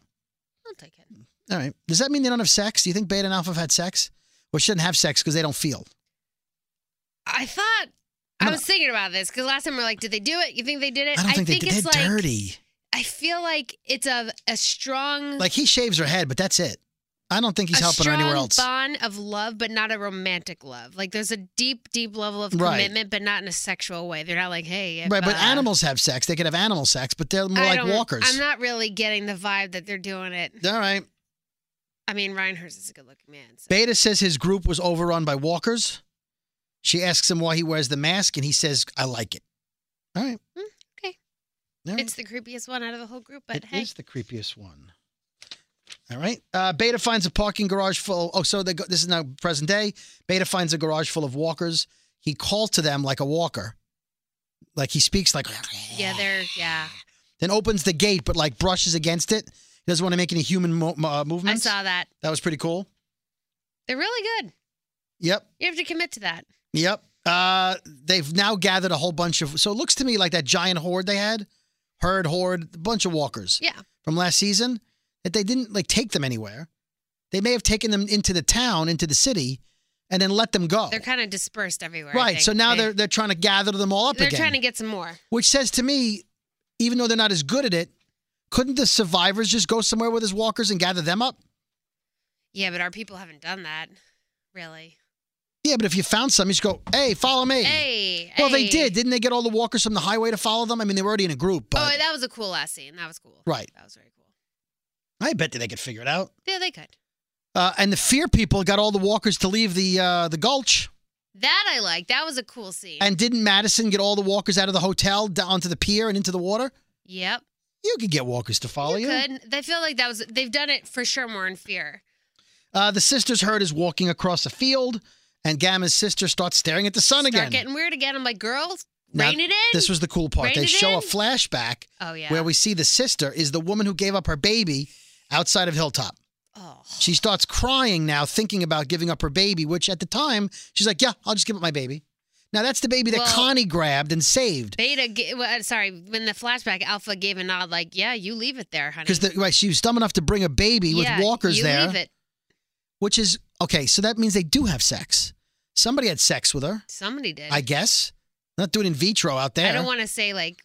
Speaker 4: I'll take it.
Speaker 3: All right. Does that mean they don't have sex? Do you think Beta and Alpha have had sex? Well, she doesn't have sex because they don't feel.
Speaker 4: I thought
Speaker 3: I'm
Speaker 4: I
Speaker 3: gonna-
Speaker 4: was thinking about this because last time we are like, did they do it? You think they did it?
Speaker 3: I don't think, they did.
Speaker 4: it's
Speaker 3: They're
Speaker 4: like
Speaker 3: dirty.
Speaker 4: I feel like it's a a strong
Speaker 3: Like he shaves her head, but that's it. I don't think he's
Speaker 4: a
Speaker 3: helping her
Speaker 4: strong
Speaker 3: anywhere else.
Speaker 4: bond of love, but not a romantic love. Like there's a deep, deep level of
Speaker 3: Right.
Speaker 4: commitment, but not in a sexual way. They're not like, hey, if,
Speaker 3: Right, but
Speaker 4: uh,
Speaker 3: animals have sex. They could have animal sex, but they're more
Speaker 4: I
Speaker 3: like
Speaker 4: don't-
Speaker 3: walkers.
Speaker 4: I'm not really getting the vibe that they're doing it.
Speaker 3: All right.
Speaker 4: I mean, Reinhurst is a good-looking man. So.
Speaker 3: Beta says his group was overrun by walkers. She asks him why he wears the mask, and he says, "I like it." All right.
Speaker 4: Hmm, okay.
Speaker 3: All right.
Speaker 4: It's the creepiest one out of the whole group, but
Speaker 3: It
Speaker 4: hey,
Speaker 3: is the creepiest one. All right. Uh, Beta finds a parking garage full. Oh, so they go, this is now present day. Beta finds a garage full of walkers. He called to them like a walker, like he speaks like.
Speaker 4: yeah, they're yeah.
Speaker 3: Then opens the gate, but like brushes against it. He doesn't want to make any human mo- mo- uh,
Speaker 4: I
Speaker 3: movements.
Speaker 4: saw that.
Speaker 3: That was pretty cool.
Speaker 4: They're really good.
Speaker 3: Yep.
Speaker 4: You have to commit to that.
Speaker 3: Yep. Uh, they've now gathered a whole bunch of. So it looks to me like that giant horde they had, herd, horde, a bunch of walkers.
Speaker 4: Yeah.
Speaker 3: from last season that they didn't like take them anywhere. They may have taken them into the town, into the city, and then let them go.
Speaker 4: They're kind of dispersed everywhere. I
Speaker 3: Oh. right. So
Speaker 4: think.
Speaker 3: now
Speaker 4: They-
Speaker 3: they, are they're trying to gather them all up
Speaker 4: they're
Speaker 3: again.
Speaker 4: trying to get some more.
Speaker 3: which says to me, even though they're not as good at it, couldn't the survivors just go somewhere with his walkers and gather them up?
Speaker 4: Yeah, but our people haven't done that, really.
Speaker 3: Yeah, but if you found some, you just go, hey, follow me.
Speaker 4: Hey.
Speaker 3: well, they
Speaker 4: hey.
Speaker 3: did. Didn't they get all the walkers from the highway to follow them? I mean, they were already in a group, but
Speaker 4: oh, that was a cool last scene. That was cool.
Speaker 3: Right.
Speaker 4: That was very cool.
Speaker 3: I bet that they could figure it out.
Speaker 4: Yeah, they could.
Speaker 3: Uh, and the fear people got all the walkers to leave the uh, the gulch.
Speaker 4: That I like. That was a cool scene.
Speaker 3: And didn't Madison get all the walkers out of the hotel down to the pier and into the water?
Speaker 4: yep.
Speaker 3: You could get walkers to follow you.
Speaker 4: Could. They feel like that was. They've done it for sure. More in fear.
Speaker 3: Uh, the sisters heard is walking across a field, and Gamma's sister starts staring at the sun
Speaker 4: Start
Speaker 3: again.
Speaker 4: getting weird again. I'm like, girls,
Speaker 3: Now,
Speaker 4: rein it in.
Speaker 3: This was the cool part.
Speaker 4: Rein
Speaker 3: they
Speaker 4: it
Speaker 3: show a
Speaker 4: in.
Speaker 3: flashback
Speaker 4: Oh yeah.
Speaker 3: where we see the sister is the woman who gave up her baby outside of Hilltop.
Speaker 4: Oh.
Speaker 3: She starts crying now, thinking about giving up her baby, which at the time she's like, "Yeah, I'll just give up my baby." Now that's the baby that
Speaker 4: Well-
Speaker 3: Connie grabbed and saved
Speaker 4: Beta. Ga- well, uh, sorry. When the flashback, Alpha gave a nod. Like, yeah, you leave it there, honey.
Speaker 3: because right, she was dumb enough to bring a baby E with
Speaker 4: yeah,
Speaker 3: walkers
Speaker 4: you
Speaker 3: there,
Speaker 4: Leave it.
Speaker 3: which is okay. So that means they do have sex. Somebody had sex with her,
Speaker 4: Somebody did.
Speaker 3: I guess. Not doing in vitro out there.
Speaker 4: I don't want to say like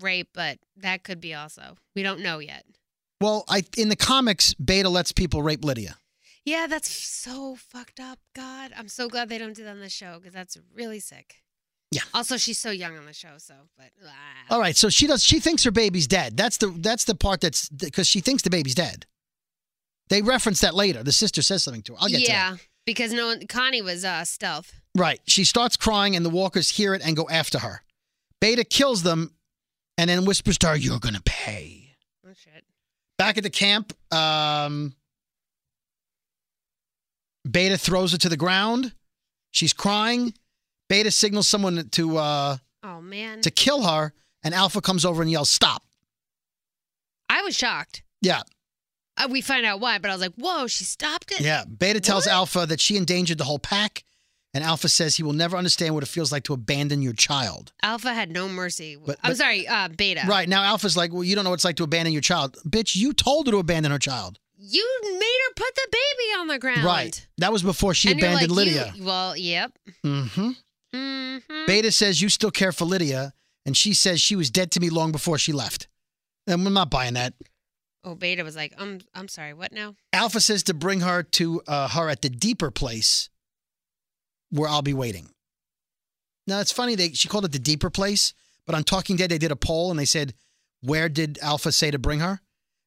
Speaker 4: rape, but that could be also. We don't know yet.
Speaker 3: well, I in the comics, Beta lets people rape Lydia.
Speaker 4: Yeah, that's f- so fucked up. God, I'm so glad they don't do that on the show because that's really sick.
Speaker 3: Yeah.
Speaker 4: Also, she's so young on the show, so but. ah.
Speaker 3: All right, so she does. She thinks her baby's dead. That's the that's the part that's because she thinks the baby's dead. They reference that later. The sister says something to her. I'll get to that.
Speaker 4: yeah, because no one. Connie was uh stealth.
Speaker 3: Right. She starts crying, and the walkers hear it and go after her. Beta kills them and then whispers to her, You're going to pay.
Speaker 4: Oh shit.
Speaker 3: Back at the camp, um, Beta throws her to the ground. She's crying. Beta signals someone to uh,
Speaker 4: Oh man.
Speaker 3: to kill her, and Alpha comes over and yells, Stop.
Speaker 4: I was shocked.
Speaker 3: Yeah.
Speaker 4: Uh, we find out why, but I was like, whoa, she stopped it.
Speaker 3: Yeah. Beta tells
Speaker 4: What?
Speaker 3: Alpha that she endangered the whole pack, and Alpha says he will never understand what it feels like to abandon your child.
Speaker 4: Alpha had no mercy.
Speaker 3: But-
Speaker 4: I'm
Speaker 3: but-
Speaker 4: sorry, uh, Beta.
Speaker 3: Right. Now Alpha's like, well, you don't know what it's like to abandon your child. Bitch, you told her to abandon her child.
Speaker 4: You made her put the baby on the ground.
Speaker 3: Right. That was before she
Speaker 4: And you're
Speaker 3: abandoned
Speaker 4: like, you-
Speaker 3: Lydia.
Speaker 4: well, yep.
Speaker 3: hmm
Speaker 4: hmm
Speaker 3: Beta says you still care for Lydia, and she says she was dead to me long before she left. And I'm not buying that.
Speaker 4: Oh, Beta was like, I'm, I'm sorry, what now?
Speaker 3: Alpha says to bring her to uh, her at the deeper place where I'll be waiting. Now it's funny they she called it the deeper place, but on Talking Dead they did a poll and they said, Where did Alpha say to bring her?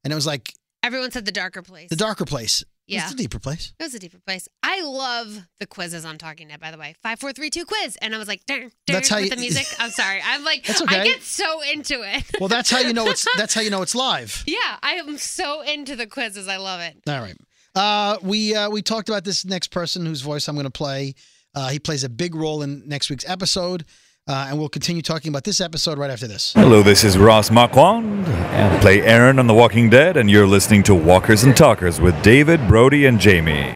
Speaker 3: And it was like
Speaker 4: Everyone said the darker place.
Speaker 3: the darker place.
Speaker 4: Yeah.
Speaker 3: It's the deeper place.
Speaker 4: It was a deeper place. I love the quizzes on Talking Dead, by the way. Five, four, three, two, quiz, and I was like, "Dang, dang!"
Speaker 3: That's how
Speaker 4: with
Speaker 3: you-
Speaker 4: the music. I'm sorry. I'm like,
Speaker 3: That's
Speaker 4: I
Speaker 3: okay.
Speaker 4: get so into it.
Speaker 3: Well, that's how you know it's that's how you know it's live.
Speaker 4: yeah, I am so into the quizzes. I love it.
Speaker 3: All right. Uh, we uh, we talked about this next person whose voice I'm going to play. Uh, he plays a big role in next week's episode, uh, and we'll continue talking about this episode right after this.
Speaker 5: Hello, this is Ross Marquand. I play Aaron on The Walking Dead, and you're listening to Walkers and Talkers with David, Brody, and Jamie.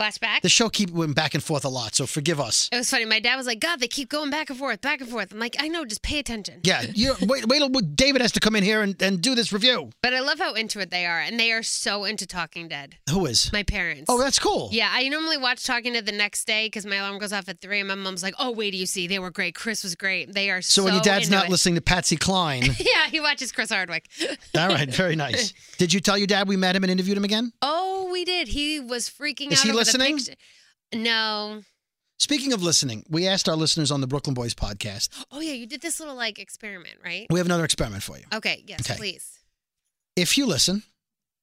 Speaker 4: Flashback.
Speaker 3: The show keep went back and forth a lot, so forgive us.
Speaker 4: it was funny. My dad was like, God, they keep going back and forth, back and forth. I'm like, I know, just pay attention.
Speaker 3: Yeah, you wait. Wait till David has to come in here and, and do this review.
Speaker 4: But I love how into it they are, and they are so into Talking Dead.
Speaker 3: Who is?
Speaker 4: My parents.
Speaker 3: Oh, that's cool.
Speaker 4: Yeah, I normally watch Talking Dead the next day because my alarm goes off at three, and my mom's like, "Oh, wait, do you see? They were great. Chris was great. They are so."
Speaker 3: So, when your dad's
Speaker 4: into
Speaker 3: not
Speaker 4: it."
Speaker 3: listening to Patsy Cline,
Speaker 4: yeah, he watches Chris Hardwick.
Speaker 3: all right, very nice. Did you tell your dad we met him and interviewed him again?
Speaker 4: oh, we did. He was freaking
Speaker 3: Is
Speaker 4: out.
Speaker 3: he
Speaker 4: over
Speaker 3: listening?
Speaker 4: The picture. No.
Speaker 3: Speaking of listening, we asked our listeners on the Brooklyn Boys podcast.
Speaker 4: Oh yeah, you did this little like experiment, right?
Speaker 3: We have another experiment for you.
Speaker 4: Okay. Yes,
Speaker 3: Okay.
Speaker 4: please.
Speaker 3: If you listen,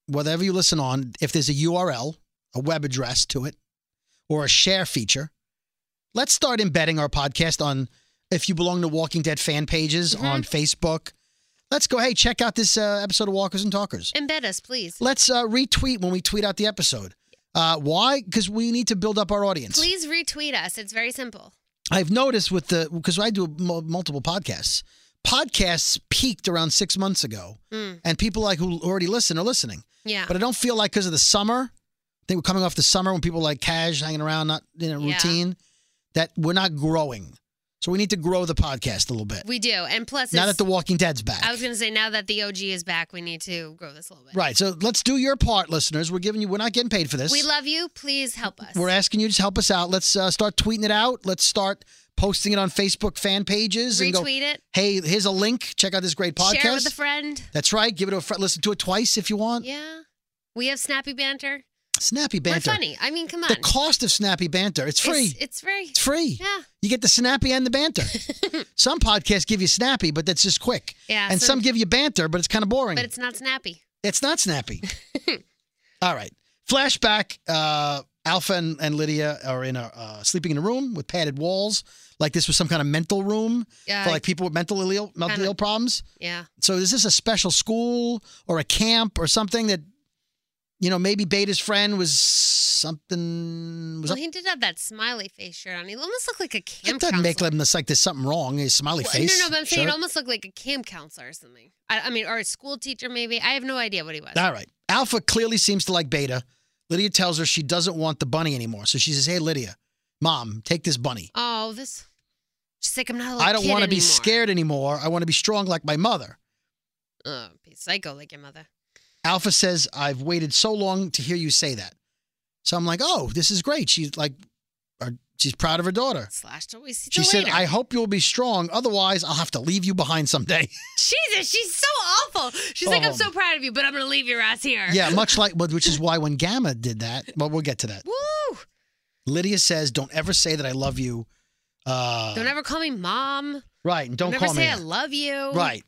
Speaker 3: whatever you listen on, if there's a URL, a web address to it, or a share feature, let's start embedding our podcast on if you belong to Walking Dead fan pages on Facebook. Let's go, hey, check out this uh, episode of Walkers and Talkers.
Speaker 4: Embed us, please.
Speaker 3: Let's uh, retweet when we tweet out the episode. Uh, why? Because we need to build up our audience.
Speaker 4: Please retweet us. It's very simple.
Speaker 3: I've noticed with the because I do mul- multiple podcasts. Podcasts peaked around six months ago, and people like who already listen are listening.
Speaker 4: Mm. Yeah.
Speaker 3: But I don't feel like because of the summer, I think we're coming off the summer when people like cash hanging around, not in a
Speaker 4: Yeah.
Speaker 3: routine, that we're not growing. So we need to grow the podcast a little bit.
Speaker 4: we do. And plus,
Speaker 3: uh, now
Speaker 4: it's-
Speaker 3: that The Walking Dead's back,
Speaker 4: I was gonna say now that the OG is back, we need to grow this a little bit.
Speaker 3: right? So let's do your part, listeners. We're giving you. We're not getting paid for this.
Speaker 4: We love you. Please help us.
Speaker 3: We're asking you to help us out. Let's uh, start tweeting it out. Let's start posting it on Facebook fan pages and go,
Speaker 4: Retweet it.
Speaker 3: hey, here's a link. Check out this great podcast.
Speaker 4: Share it with a friend.
Speaker 3: That's right. Give it to a friend. Listen to it twice if you want.
Speaker 4: Yeah. We have snappy banter.
Speaker 3: Snappy banter.
Speaker 4: We're funny. I mean, come on.
Speaker 3: The cost of snappy banter. It's free.
Speaker 4: It's, it's free.
Speaker 3: It's free.
Speaker 4: Yeah.
Speaker 3: You get the snappy and the banter. some podcasts give you snappy, but that's just quick.
Speaker 4: Yeah,
Speaker 3: And some
Speaker 4: some-
Speaker 3: give you banter, but it's kind of boring.
Speaker 4: But it's not snappy.
Speaker 3: It's not snappy. All right. Flashback. Uh, Alpha and, and Lydia are in a uh, sleeping in a room with padded walls, like this was some kind of mental room
Speaker 4: Yeah,
Speaker 3: for like people with mental ill, mental
Speaker 4: kinda-
Speaker 3: ill problems.
Speaker 4: Yeah.
Speaker 3: So is this a special school or a camp or something that, you know, maybe Beta's friend was something was
Speaker 4: Well,
Speaker 3: up?
Speaker 4: he did have that smiley face shirt on. He almost looked like a
Speaker 3: It doesn't
Speaker 4: camp counselor.
Speaker 3: make them it's like there's something wrong. His smiley
Speaker 4: Well,
Speaker 3: face.
Speaker 4: No, no, but I'm saying
Speaker 3: sure.
Speaker 4: it almost looked like a camp counselor or something. I, I mean, or a school teacher maybe. I have no idea what he was.
Speaker 3: All right. Alpha clearly seems to like Beta. Lydia tells her she doesn't want the bunny anymore. So she says, Hey, Lydia, mom, take this bunny.
Speaker 4: Oh, this. She's like, I'm not. A little
Speaker 3: I don't
Speaker 4: kid
Speaker 3: want to be
Speaker 4: anymore."
Speaker 3: scared anymore. I want to be strong like my mother.
Speaker 4: Oh, be psycho like your mother.
Speaker 3: Alpha says, I've waited so long to hear you say that. So I'm like, Oh, this is great. She's like, or- she's proud of her daughter.
Speaker 4: Slashed always. See
Speaker 3: She
Speaker 4: you
Speaker 3: said,
Speaker 4: later.
Speaker 3: I hope you'll be strong. Otherwise, I'll have to leave you behind someday.
Speaker 4: Jesus, she's so awful. She's like,
Speaker 3: Oh.
Speaker 4: I'm so proud of you, but I'm gonna leave your ass here.
Speaker 3: yeah, much like, but- which is why when Gamma did that, well, we'll get to that.
Speaker 4: Woo!
Speaker 3: Lydia says, Don't ever say that I love you. Uh,
Speaker 4: Don't ever call me mom.
Speaker 3: right. And don't
Speaker 4: Never
Speaker 3: call
Speaker 4: say
Speaker 3: me.
Speaker 4: I
Speaker 3: that."
Speaker 4: love you.
Speaker 3: Right.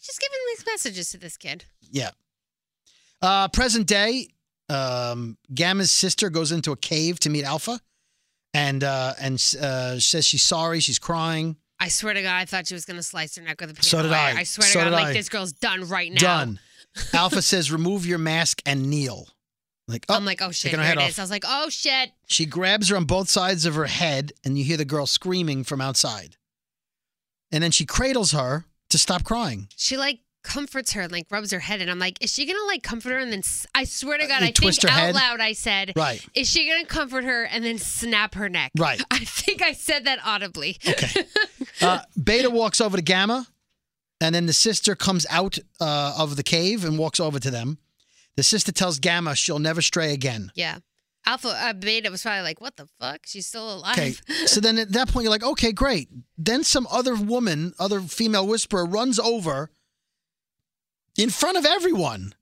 Speaker 4: Just giving these messages to this kid.
Speaker 3: Yeah. Uh, present day, um, Gamma's sister goes into a cave to meet Alpha, and uh, and uh, says she's sorry, she's crying.
Speaker 4: I swear to God, I thought she was gonna slice her neck with a piano
Speaker 3: So did
Speaker 4: wire.
Speaker 3: I.
Speaker 4: I swear
Speaker 3: So
Speaker 4: to God,
Speaker 3: did
Speaker 4: like
Speaker 3: I.
Speaker 4: this girl's done right now.
Speaker 3: Done. Alpha says, "Remove your mask and kneel." Like oh,
Speaker 4: I'm like, oh shit,
Speaker 3: taking
Speaker 4: here
Speaker 3: her
Speaker 4: it
Speaker 3: head
Speaker 4: is.
Speaker 3: off.
Speaker 4: I was like, oh shit.
Speaker 3: She grabs her on both sides of her head, and you hear the girl screaming from outside. And then she cradles her to stop crying.
Speaker 4: She like comforts her and like rubs her head, and I'm like, is she gonna like comfort her and then? S- I swear to God,
Speaker 3: Uh, you
Speaker 4: I
Speaker 3: twist
Speaker 4: think
Speaker 3: her
Speaker 4: out
Speaker 3: head?
Speaker 4: loud I said,
Speaker 3: Right.
Speaker 4: is she gonna comfort her and then snap her neck?
Speaker 3: Right.
Speaker 4: I think I said that audibly.
Speaker 3: Okay. Uh, Beta walks over to Gamma, and then the sister comes out uh, of the cave and walks over to them. The sister tells Gamma she'll never stray again.
Speaker 4: Yeah. Alpha uh, Beta was probably like, what the fuck? She's still
Speaker 3: Okay.
Speaker 4: alive.
Speaker 3: So then at that point, you're like, okay, great. Then some other woman, other female whisperer, runs over in front of everyone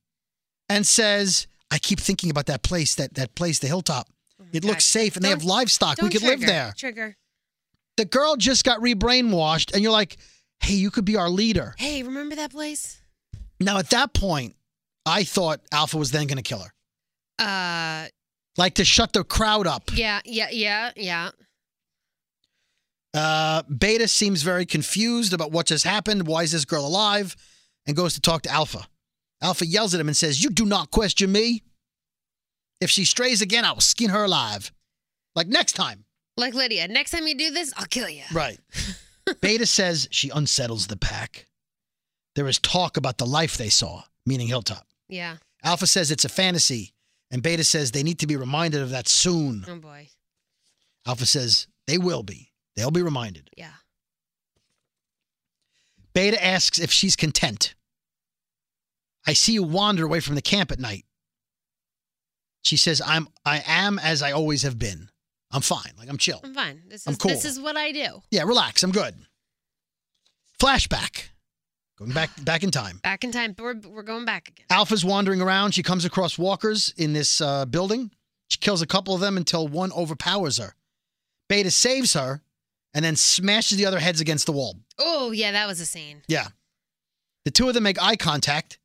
Speaker 3: and says, I keep thinking about that place, that, that place, the hilltop. it
Speaker 4: God.
Speaker 3: looks safe and they have
Speaker 4: Mm-hmm. Don't-
Speaker 3: livestock. We
Speaker 4: Don't
Speaker 3: could live
Speaker 4: trigger.
Speaker 3: there.
Speaker 4: Trigger.
Speaker 3: The girl just got rebrainwashed, and you're like, hey, you could be our leader.
Speaker 4: Hey, remember that place?
Speaker 3: Now, at that point, I thought Alpha was then going to kill her,
Speaker 4: Uh,
Speaker 3: like to shut the crowd up.
Speaker 4: yeah, yeah, yeah, yeah.
Speaker 3: Uh, Beta seems very confused about what just happened. Why is this girl alive? And goes to talk to Alpha. Alpha yells at him and says, You do not question me. If she strays again, I will skin her alive. Like next time.
Speaker 4: Like Lydia, next time you do this, I'll kill you.
Speaker 3: Right. Beta says she unsettles the pack. There is talk about the life they saw, meaning Hilltop.
Speaker 4: Yeah.
Speaker 3: Alpha says it's a fantasy, and Beta says they need to be reminded of that soon.
Speaker 4: Oh boy.
Speaker 3: Alpha says they will be. They'll be reminded.
Speaker 4: Yeah.
Speaker 3: Beta asks if she's content. I see you wander away from the camp at night. She says, I'm I am as I always have been. I'm fine. Like I'm chill.
Speaker 4: I'm fine. This is
Speaker 3: I'm cool.
Speaker 4: this is what I do.
Speaker 3: Yeah, relax. I'm good. Flashback. Going back back in time.
Speaker 4: Back in time, but we're we're going back again.
Speaker 3: Alpha's wandering around. She comes across walkers in this uh, building. She kills a couple of them until one overpowers her. Beta saves her and then smashes the other heads against the wall.
Speaker 4: Oh yeah, that was a scene.
Speaker 3: Yeah. The two of them make eye contact,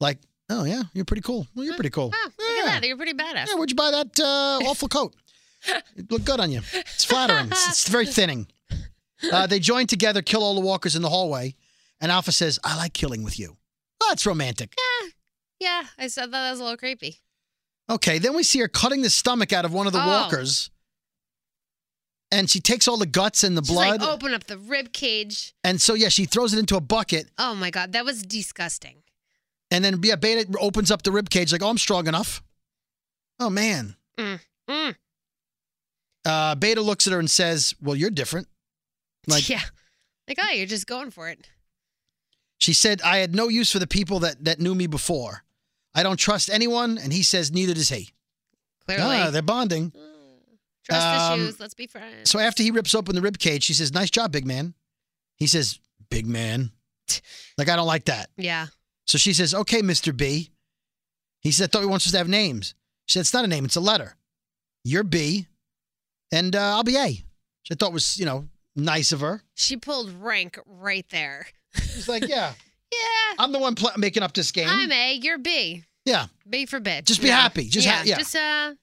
Speaker 3: like, oh, yeah, you're pretty cool. Well, you're pretty cool.
Speaker 4: Oh, look
Speaker 3: Yeah.
Speaker 4: at that. You're pretty badass.
Speaker 3: Yeah, where'd you buy that uh, awful coat? It looked good on you. It's flattering. It's, it's very thinning. Uh, they join together, kill all the walkers in the hallway, and Alpha says, I like killing with you. Oh, that's romantic.
Speaker 4: Yeah, I said that was a little creepy.
Speaker 3: Okay, then we see her cutting the stomach out of one of the
Speaker 4: Oh.
Speaker 3: walkers. And she takes all the guts and the
Speaker 4: She's
Speaker 3: blood.
Speaker 4: like, "Oh." open up the rib cage.
Speaker 3: And so, yeah, she throws it into a bucket.
Speaker 4: Oh my god, that was disgusting.
Speaker 3: And then, yeah, Beta opens up the rib cage, like, oh, I'm strong enough. Oh, man.
Speaker 4: Mm. Mm.
Speaker 3: Uh, Beta looks at her and says, Well, you're different. Like,
Speaker 4: yeah. Like, oh, you're just going for it.
Speaker 3: she said, I had no use for the people that, that knew me before. I don't trust anyone. And he says, Neither does he.
Speaker 4: Clearly.
Speaker 3: Ah, they're bonding.
Speaker 4: Trust
Speaker 3: um,
Speaker 4: issues. Let's be friends.
Speaker 3: So after he rips open the rib cage, she says, Nice job, big man. He says, Big man. Like, I don't like that.
Speaker 4: yeah.
Speaker 3: So she says, Okay, Mr. B. He said, I thought we weren't supposed to have names. She said, It's not a name, it's a letter. You're B, and uh, I'll be A. Which I thought was, you know, nice of her.
Speaker 4: She pulled rank right there.
Speaker 3: She's like, Yeah,
Speaker 4: Yeah.
Speaker 3: I'm the one pl- making up this game.
Speaker 4: I'm A. You're B.
Speaker 3: yeah.
Speaker 4: B for bitch.
Speaker 3: Just be happy. Just ha- yeah.
Speaker 4: Just uh.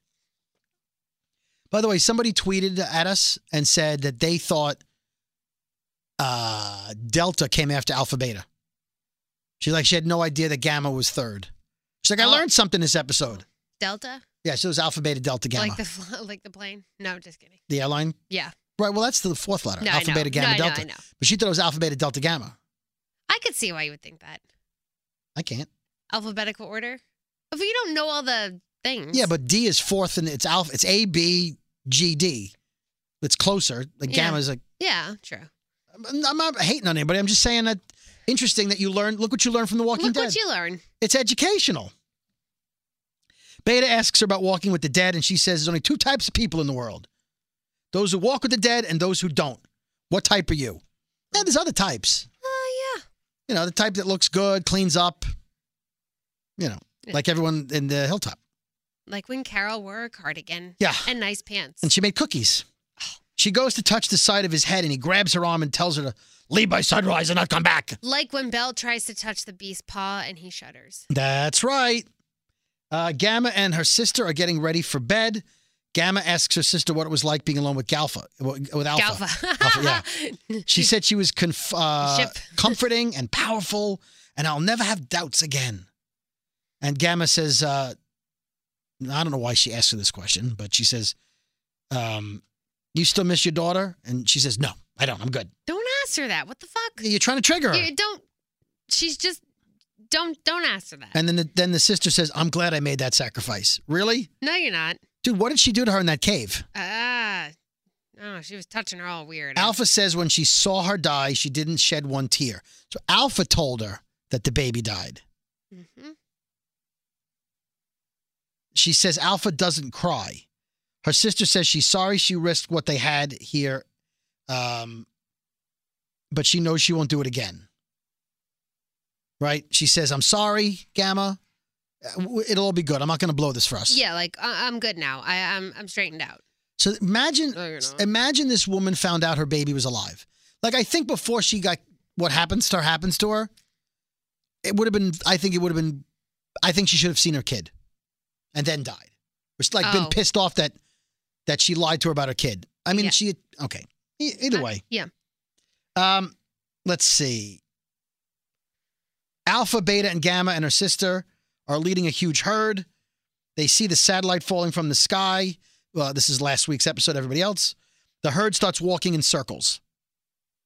Speaker 3: By the way, somebody tweeted at us and said that they thought uh, Delta came after Alpha Beta. She like she had no idea that Gamma was third. She's like, I
Speaker 4: Oh.
Speaker 3: learned something this episode.
Speaker 4: Delta.
Speaker 3: Yeah, so it was Alpha Beta Delta Gamma.
Speaker 4: Like the fl- like the plane. No, just kidding.
Speaker 3: the airline
Speaker 4: Yeah.
Speaker 3: Right. Well, that's the fourth letter.
Speaker 4: No, I
Speaker 3: alpha,
Speaker 4: know.
Speaker 3: beta, gamma,
Speaker 4: No, I know,
Speaker 3: delta.
Speaker 4: I know.
Speaker 3: But she thought it was alpha, beta, delta, gamma.
Speaker 4: I could see why you would think that.
Speaker 3: I can't.
Speaker 4: Mm-hmm. Alphabetical order. If you don't know all the things.
Speaker 3: Yeah, but D is fourth, and it's alpha. It's A, B, G, D. It's closer. Like
Speaker 4: Yeah.
Speaker 3: gamma is like.
Speaker 4: Yeah. True.
Speaker 3: I'm I'm not hating on anybody. I'm just saying that. Interesting that you learned. Look what you learned from The Walking
Speaker 4: Look
Speaker 3: Dead.
Speaker 4: what you learn.
Speaker 3: it's educational. Beta asks her about walking with the dead, and she says there's only two types of people in the world: those who walk with the dead and those who don't. What type are you? Yeah, there's other types.
Speaker 4: Oh
Speaker 3: you know, the type that looks good, cleans up, you know,
Speaker 4: Yeah.
Speaker 3: like everyone in the hilltop.
Speaker 4: yeah. Like when Carol wore a cardigan.
Speaker 3: Yeah.
Speaker 4: And nice pants.
Speaker 3: And she made cookies. She goes to touch the side of his head and he grabs her arm and tells her to leave by sunrise and not come back.
Speaker 4: like when Belle tries to touch the beast's paw and he shudders.
Speaker 3: That's right. Uh, Gamma and her sister are getting ready for bed. Gamma asks her sister what it was like being alone with Galfa, with Alpha.
Speaker 4: Galva.
Speaker 3: Alpha, yeah. She said she was conf- uh,
Speaker 4: Hmm. Ship.
Speaker 3: comforting and powerful, and I'll never have doubts again. And Gamma says, uh, I don't know why she asked her this question, but she says, um, You still miss your daughter? And she says, No, I don't. I'm good.
Speaker 4: Don't ask her that. What the fuck?
Speaker 3: You're trying to trigger her.
Speaker 4: You don't. She's just. Don't don't ask her that.
Speaker 3: And then the, then the sister says, I'm glad I made that sacrifice. Really?
Speaker 4: no, you're not.
Speaker 3: Dude, what did she do to her in that cave?
Speaker 4: Ah. No, she was touching her all weird.
Speaker 3: Alpha says when she saw her die, she didn't shed one tear. So Alpha told her that the baby died.
Speaker 4: hmm
Speaker 3: She says Alpha doesn't cry. Her sister says she's sorry she risked what they had here, um, but she knows she won't do it again. Right? She says, I'm sorry, Gamma. Uh, w- It'll all be good. I'm not going to blow this for us.
Speaker 4: Yeah, like I- I'm good now. I I'm I'm straightened out.
Speaker 3: So imagine,
Speaker 4: No, you're not.
Speaker 3: imagine this woman found out her baby was alive. Like I think before she got what happens to her happens to her, it would have been. I think it would have been. I think she should have seen her kid, and then died. Which like been
Speaker 4: Oh.
Speaker 3: pissed off that that she lied to her about her kid. I mean,
Speaker 4: Yeah.
Speaker 3: she okay. E- either
Speaker 4: Uh,
Speaker 3: way.
Speaker 4: yeah.
Speaker 3: Um, let's see. Alpha, Beta, and Gamma and her sister are leading a huge herd. They see the satellite falling from the sky. Well, this is last week's episode, everybody else. The herd starts walking in circles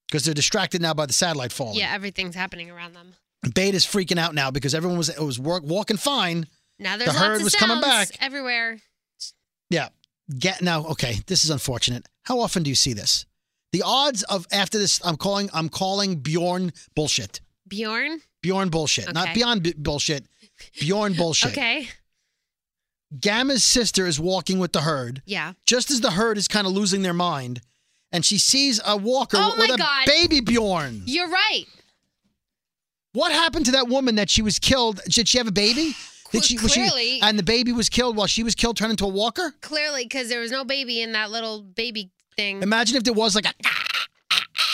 Speaker 3: because they're distracted now by the satellite falling.
Speaker 4: Yeah, everything's happening around them.
Speaker 3: Beta's freaking out now because everyone was, was work, walking fine.
Speaker 4: Now there's
Speaker 3: herd
Speaker 4: lots of
Speaker 3: was
Speaker 4: sounds
Speaker 3: coming back.
Speaker 4: everywhere.
Speaker 3: Yeah. Get now. Okay, this is unfortunate. How often do you see this? The odds of after this, I'm calling, I'm calling Bjorn bullshit.
Speaker 4: Bjorn.
Speaker 3: Bjorn bullshit, not
Speaker 4: Okay.
Speaker 3: beyond b- bullshit. Bjorn bullshit.
Speaker 4: Okay.
Speaker 3: Gamma's sister is walking with the herd,
Speaker 4: Yeah.
Speaker 3: just as the herd is kind of losing their mind, and she sees a walker
Speaker 4: Oh
Speaker 3: with
Speaker 4: my
Speaker 3: a
Speaker 4: God.
Speaker 3: baby Bjorn.
Speaker 4: You're right.
Speaker 3: What happened to that woman that she was killed? Did she have a baby? Did she, was she-
Speaker 4: Clearly.
Speaker 3: and the baby was killed while she was killed, turned into a walker.
Speaker 4: Clearly, because there was no baby in that little baby thing.
Speaker 3: Imagine if there was like a,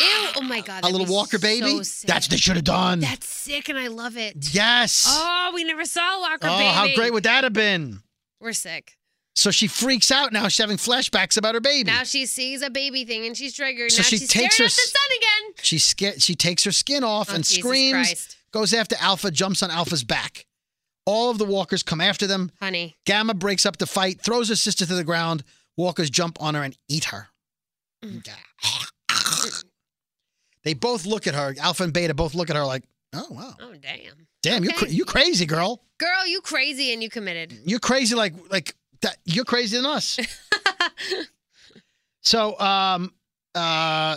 Speaker 4: Ew. Oh my God.
Speaker 3: a
Speaker 4: that'd
Speaker 3: little
Speaker 4: be
Speaker 3: walker baby.
Speaker 4: so sick.
Speaker 3: That's what they should have done.
Speaker 4: That's sick, and I love it.
Speaker 3: yes.
Speaker 4: Oh, we never saw a walker
Speaker 3: Oh,
Speaker 4: baby.
Speaker 3: how great would that have been?
Speaker 4: We're sick.
Speaker 3: So she freaks out now. She's having flashbacks about her baby.
Speaker 4: Now she sees a baby thing and she's triggered.
Speaker 3: So
Speaker 4: now
Speaker 3: she
Speaker 4: she's
Speaker 3: takes
Speaker 4: staring
Speaker 3: her
Speaker 4: at the sun again.
Speaker 3: She sca- she takes her skin off
Speaker 4: Oh,
Speaker 3: and
Speaker 4: Jesus
Speaker 3: screams,
Speaker 4: Christ.
Speaker 3: goes after Alpha, jumps on Alpha's back. All of the walkers come after them.
Speaker 4: Honey.
Speaker 3: Gamma breaks up the fight, throws her sister to the ground. Walkers jump on her and eat her.
Speaker 4: Mm.
Speaker 3: They both look at her. Alpha and Beta both look at her like, "Oh wow,
Speaker 4: Oh damn.
Speaker 3: damn, you cra-
Speaker 4: Okay.
Speaker 3: you crazy girl.
Speaker 4: Girl, you crazy and you committed.
Speaker 3: You're crazy like like that. You're crazier than us." so, um, uh,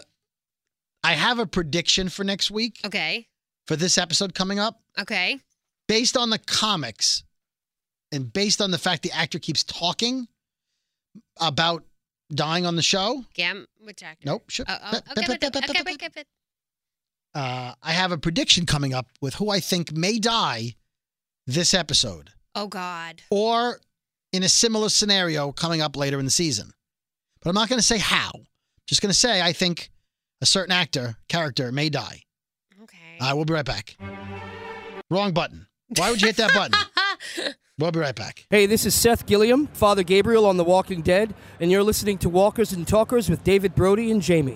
Speaker 3: I have a prediction for next week
Speaker 4: Okay.
Speaker 3: for this episode coming up.
Speaker 4: Okay.
Speaker 3: based on the comics and based on the fact the actor keeps talking about dying on the show,
Speaker 4: Gam which actor?
Speaker 3: Nope, sure.
Speaker 4: Oh, oh, okay, but- okay, but- okay, but-
Speaker 3: uh, I have a prediction coming up with who I think may die this episode
Speaker 4: oh God.
Speaker 3: or in a similar scenario coming up later in the season. But I'm not going to say how. just going to say I think a certain actor, character may die.
Speaker 4: Okay.
Speaker 3: I will be right back. Wrong button. Why would you hit that button? We'll be right back.
Speaker 6: Hey, this is Seth Gilliam, Father Gabriel on The Walking Dead, and you're listening to Walkers and Talkers with David Brody and Jamie.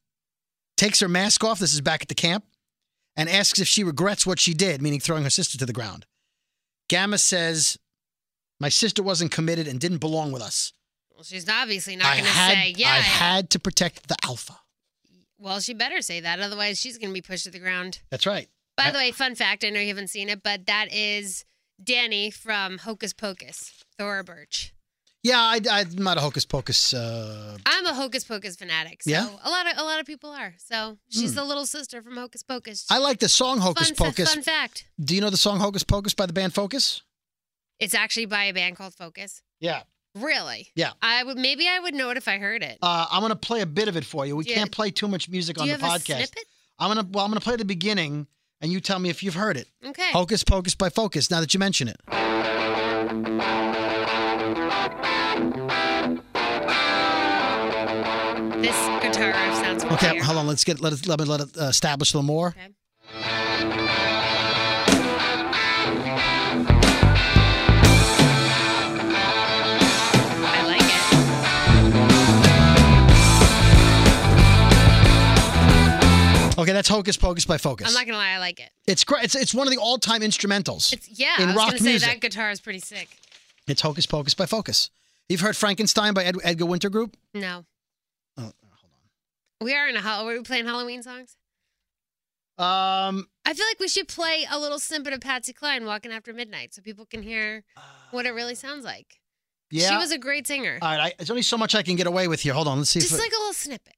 Speaker 3: takes her mask off. This is back at the camp, and asks if she regrets what she did, meaning throwing her sister to the ground. Gamma says, "My sister wasn't committed and didn't belong with us.
Speaker 4: Well, she's obviously not
Speaker 3: I
Speaker 4: gonna
Speaker 3: had,
Speaker 4: say yeah.
Speaker 3: I had to protect the Alpha.
Speaker 4: well, she better say that, otherwise she's gonna be pushed to the ground.
Speaker 3: That's right.
Speaker 4: By the way, fun fact I know you haven't seen it, but that is Danny from Hocus Pocus, Thora Birch.
Speaker 3: Yeah, I, I'm not a hocus pocus. Uh,
Speaker 4: I'm a Hocus Pocus fanatic. So
Speaker 3: Yeah?
Speaker 4: a lot of a lot of people are. So she's the little sister from Hocus Pocus.
Speaker 3: I like the song Hocus
Speaker 4: fun, fa-
Speaker 3: Pocus.
Speaker 4: fun fact.
Speaker 3: Do you know the song Hocus Pocus by the band Focus?
Speaker 4: It's actually by a band called Focus.
Speaker 3: Yeah.
Speaker 4: Really?
Speaker 3: Yeah.
Speaker 4: I would maybe I would know it if I heard it.
Speaker 3: Uh, I'm gonna play a bit of it for you. We
Speaker 4: Yeah.
Speaker 3: can't play too much music
Speaker 4: Do
Speaker 3: on
Speaker 4: you
Speaker 3: the
Speaker 4: have a
Speaker 3: podcast.
Speaker 4: snippet?
Speaker 3: I'm gonna well, I'm gonna play the beginning, and you tell me if you've heard it.
Speaker 4: Okay.
Speaker 3: Hocus Pocus by Focus. Now that you mention it,
Speaker 4: This guitar riff sounds familiar.
Speaker 3: okay. Hold on. Let's get let us let me let it uh, establish a little more.
Speaker 4: Okay. I like it.
Speaker 3: Okay, that's Hocus Pocus by Focus.
Speaker 4: I'm not gonna lie, I like it.
Speaker 3: it's great. It's it's one of the all time instrumentals.
Speaker 4: It's yeah.
Speaker 3: In
Speaker 4: I was
Speaker 3: rock
Speaker 4: gonna
Speaker 3: music.
Speaker 4: say that guitar is pretty sick.
Speaker 3: It's Hocus Pocus by Focus. You've heard Frankenstein by Ed, Edgar Winter Group?
Speaker 4: No,
Speaker 3: Oh,
Speaker 4: we are in a. Hall- Are we playing Halloween songs?
Speaker 3: hold on. Um,
Speaker 4: I feel like we should play a little snippet of Patsy Cline "Walking After Midnight" so people can hear what it really sounds like.
Speaker 3: yeah.
Speaker 4: She was a great singer.
Speaker 3: all right, I, there's only so much I can get away with here. Hold on, let's see.
Speaker 4: Just
Speaker 3: if it-
Speaker 4: like a little snippet.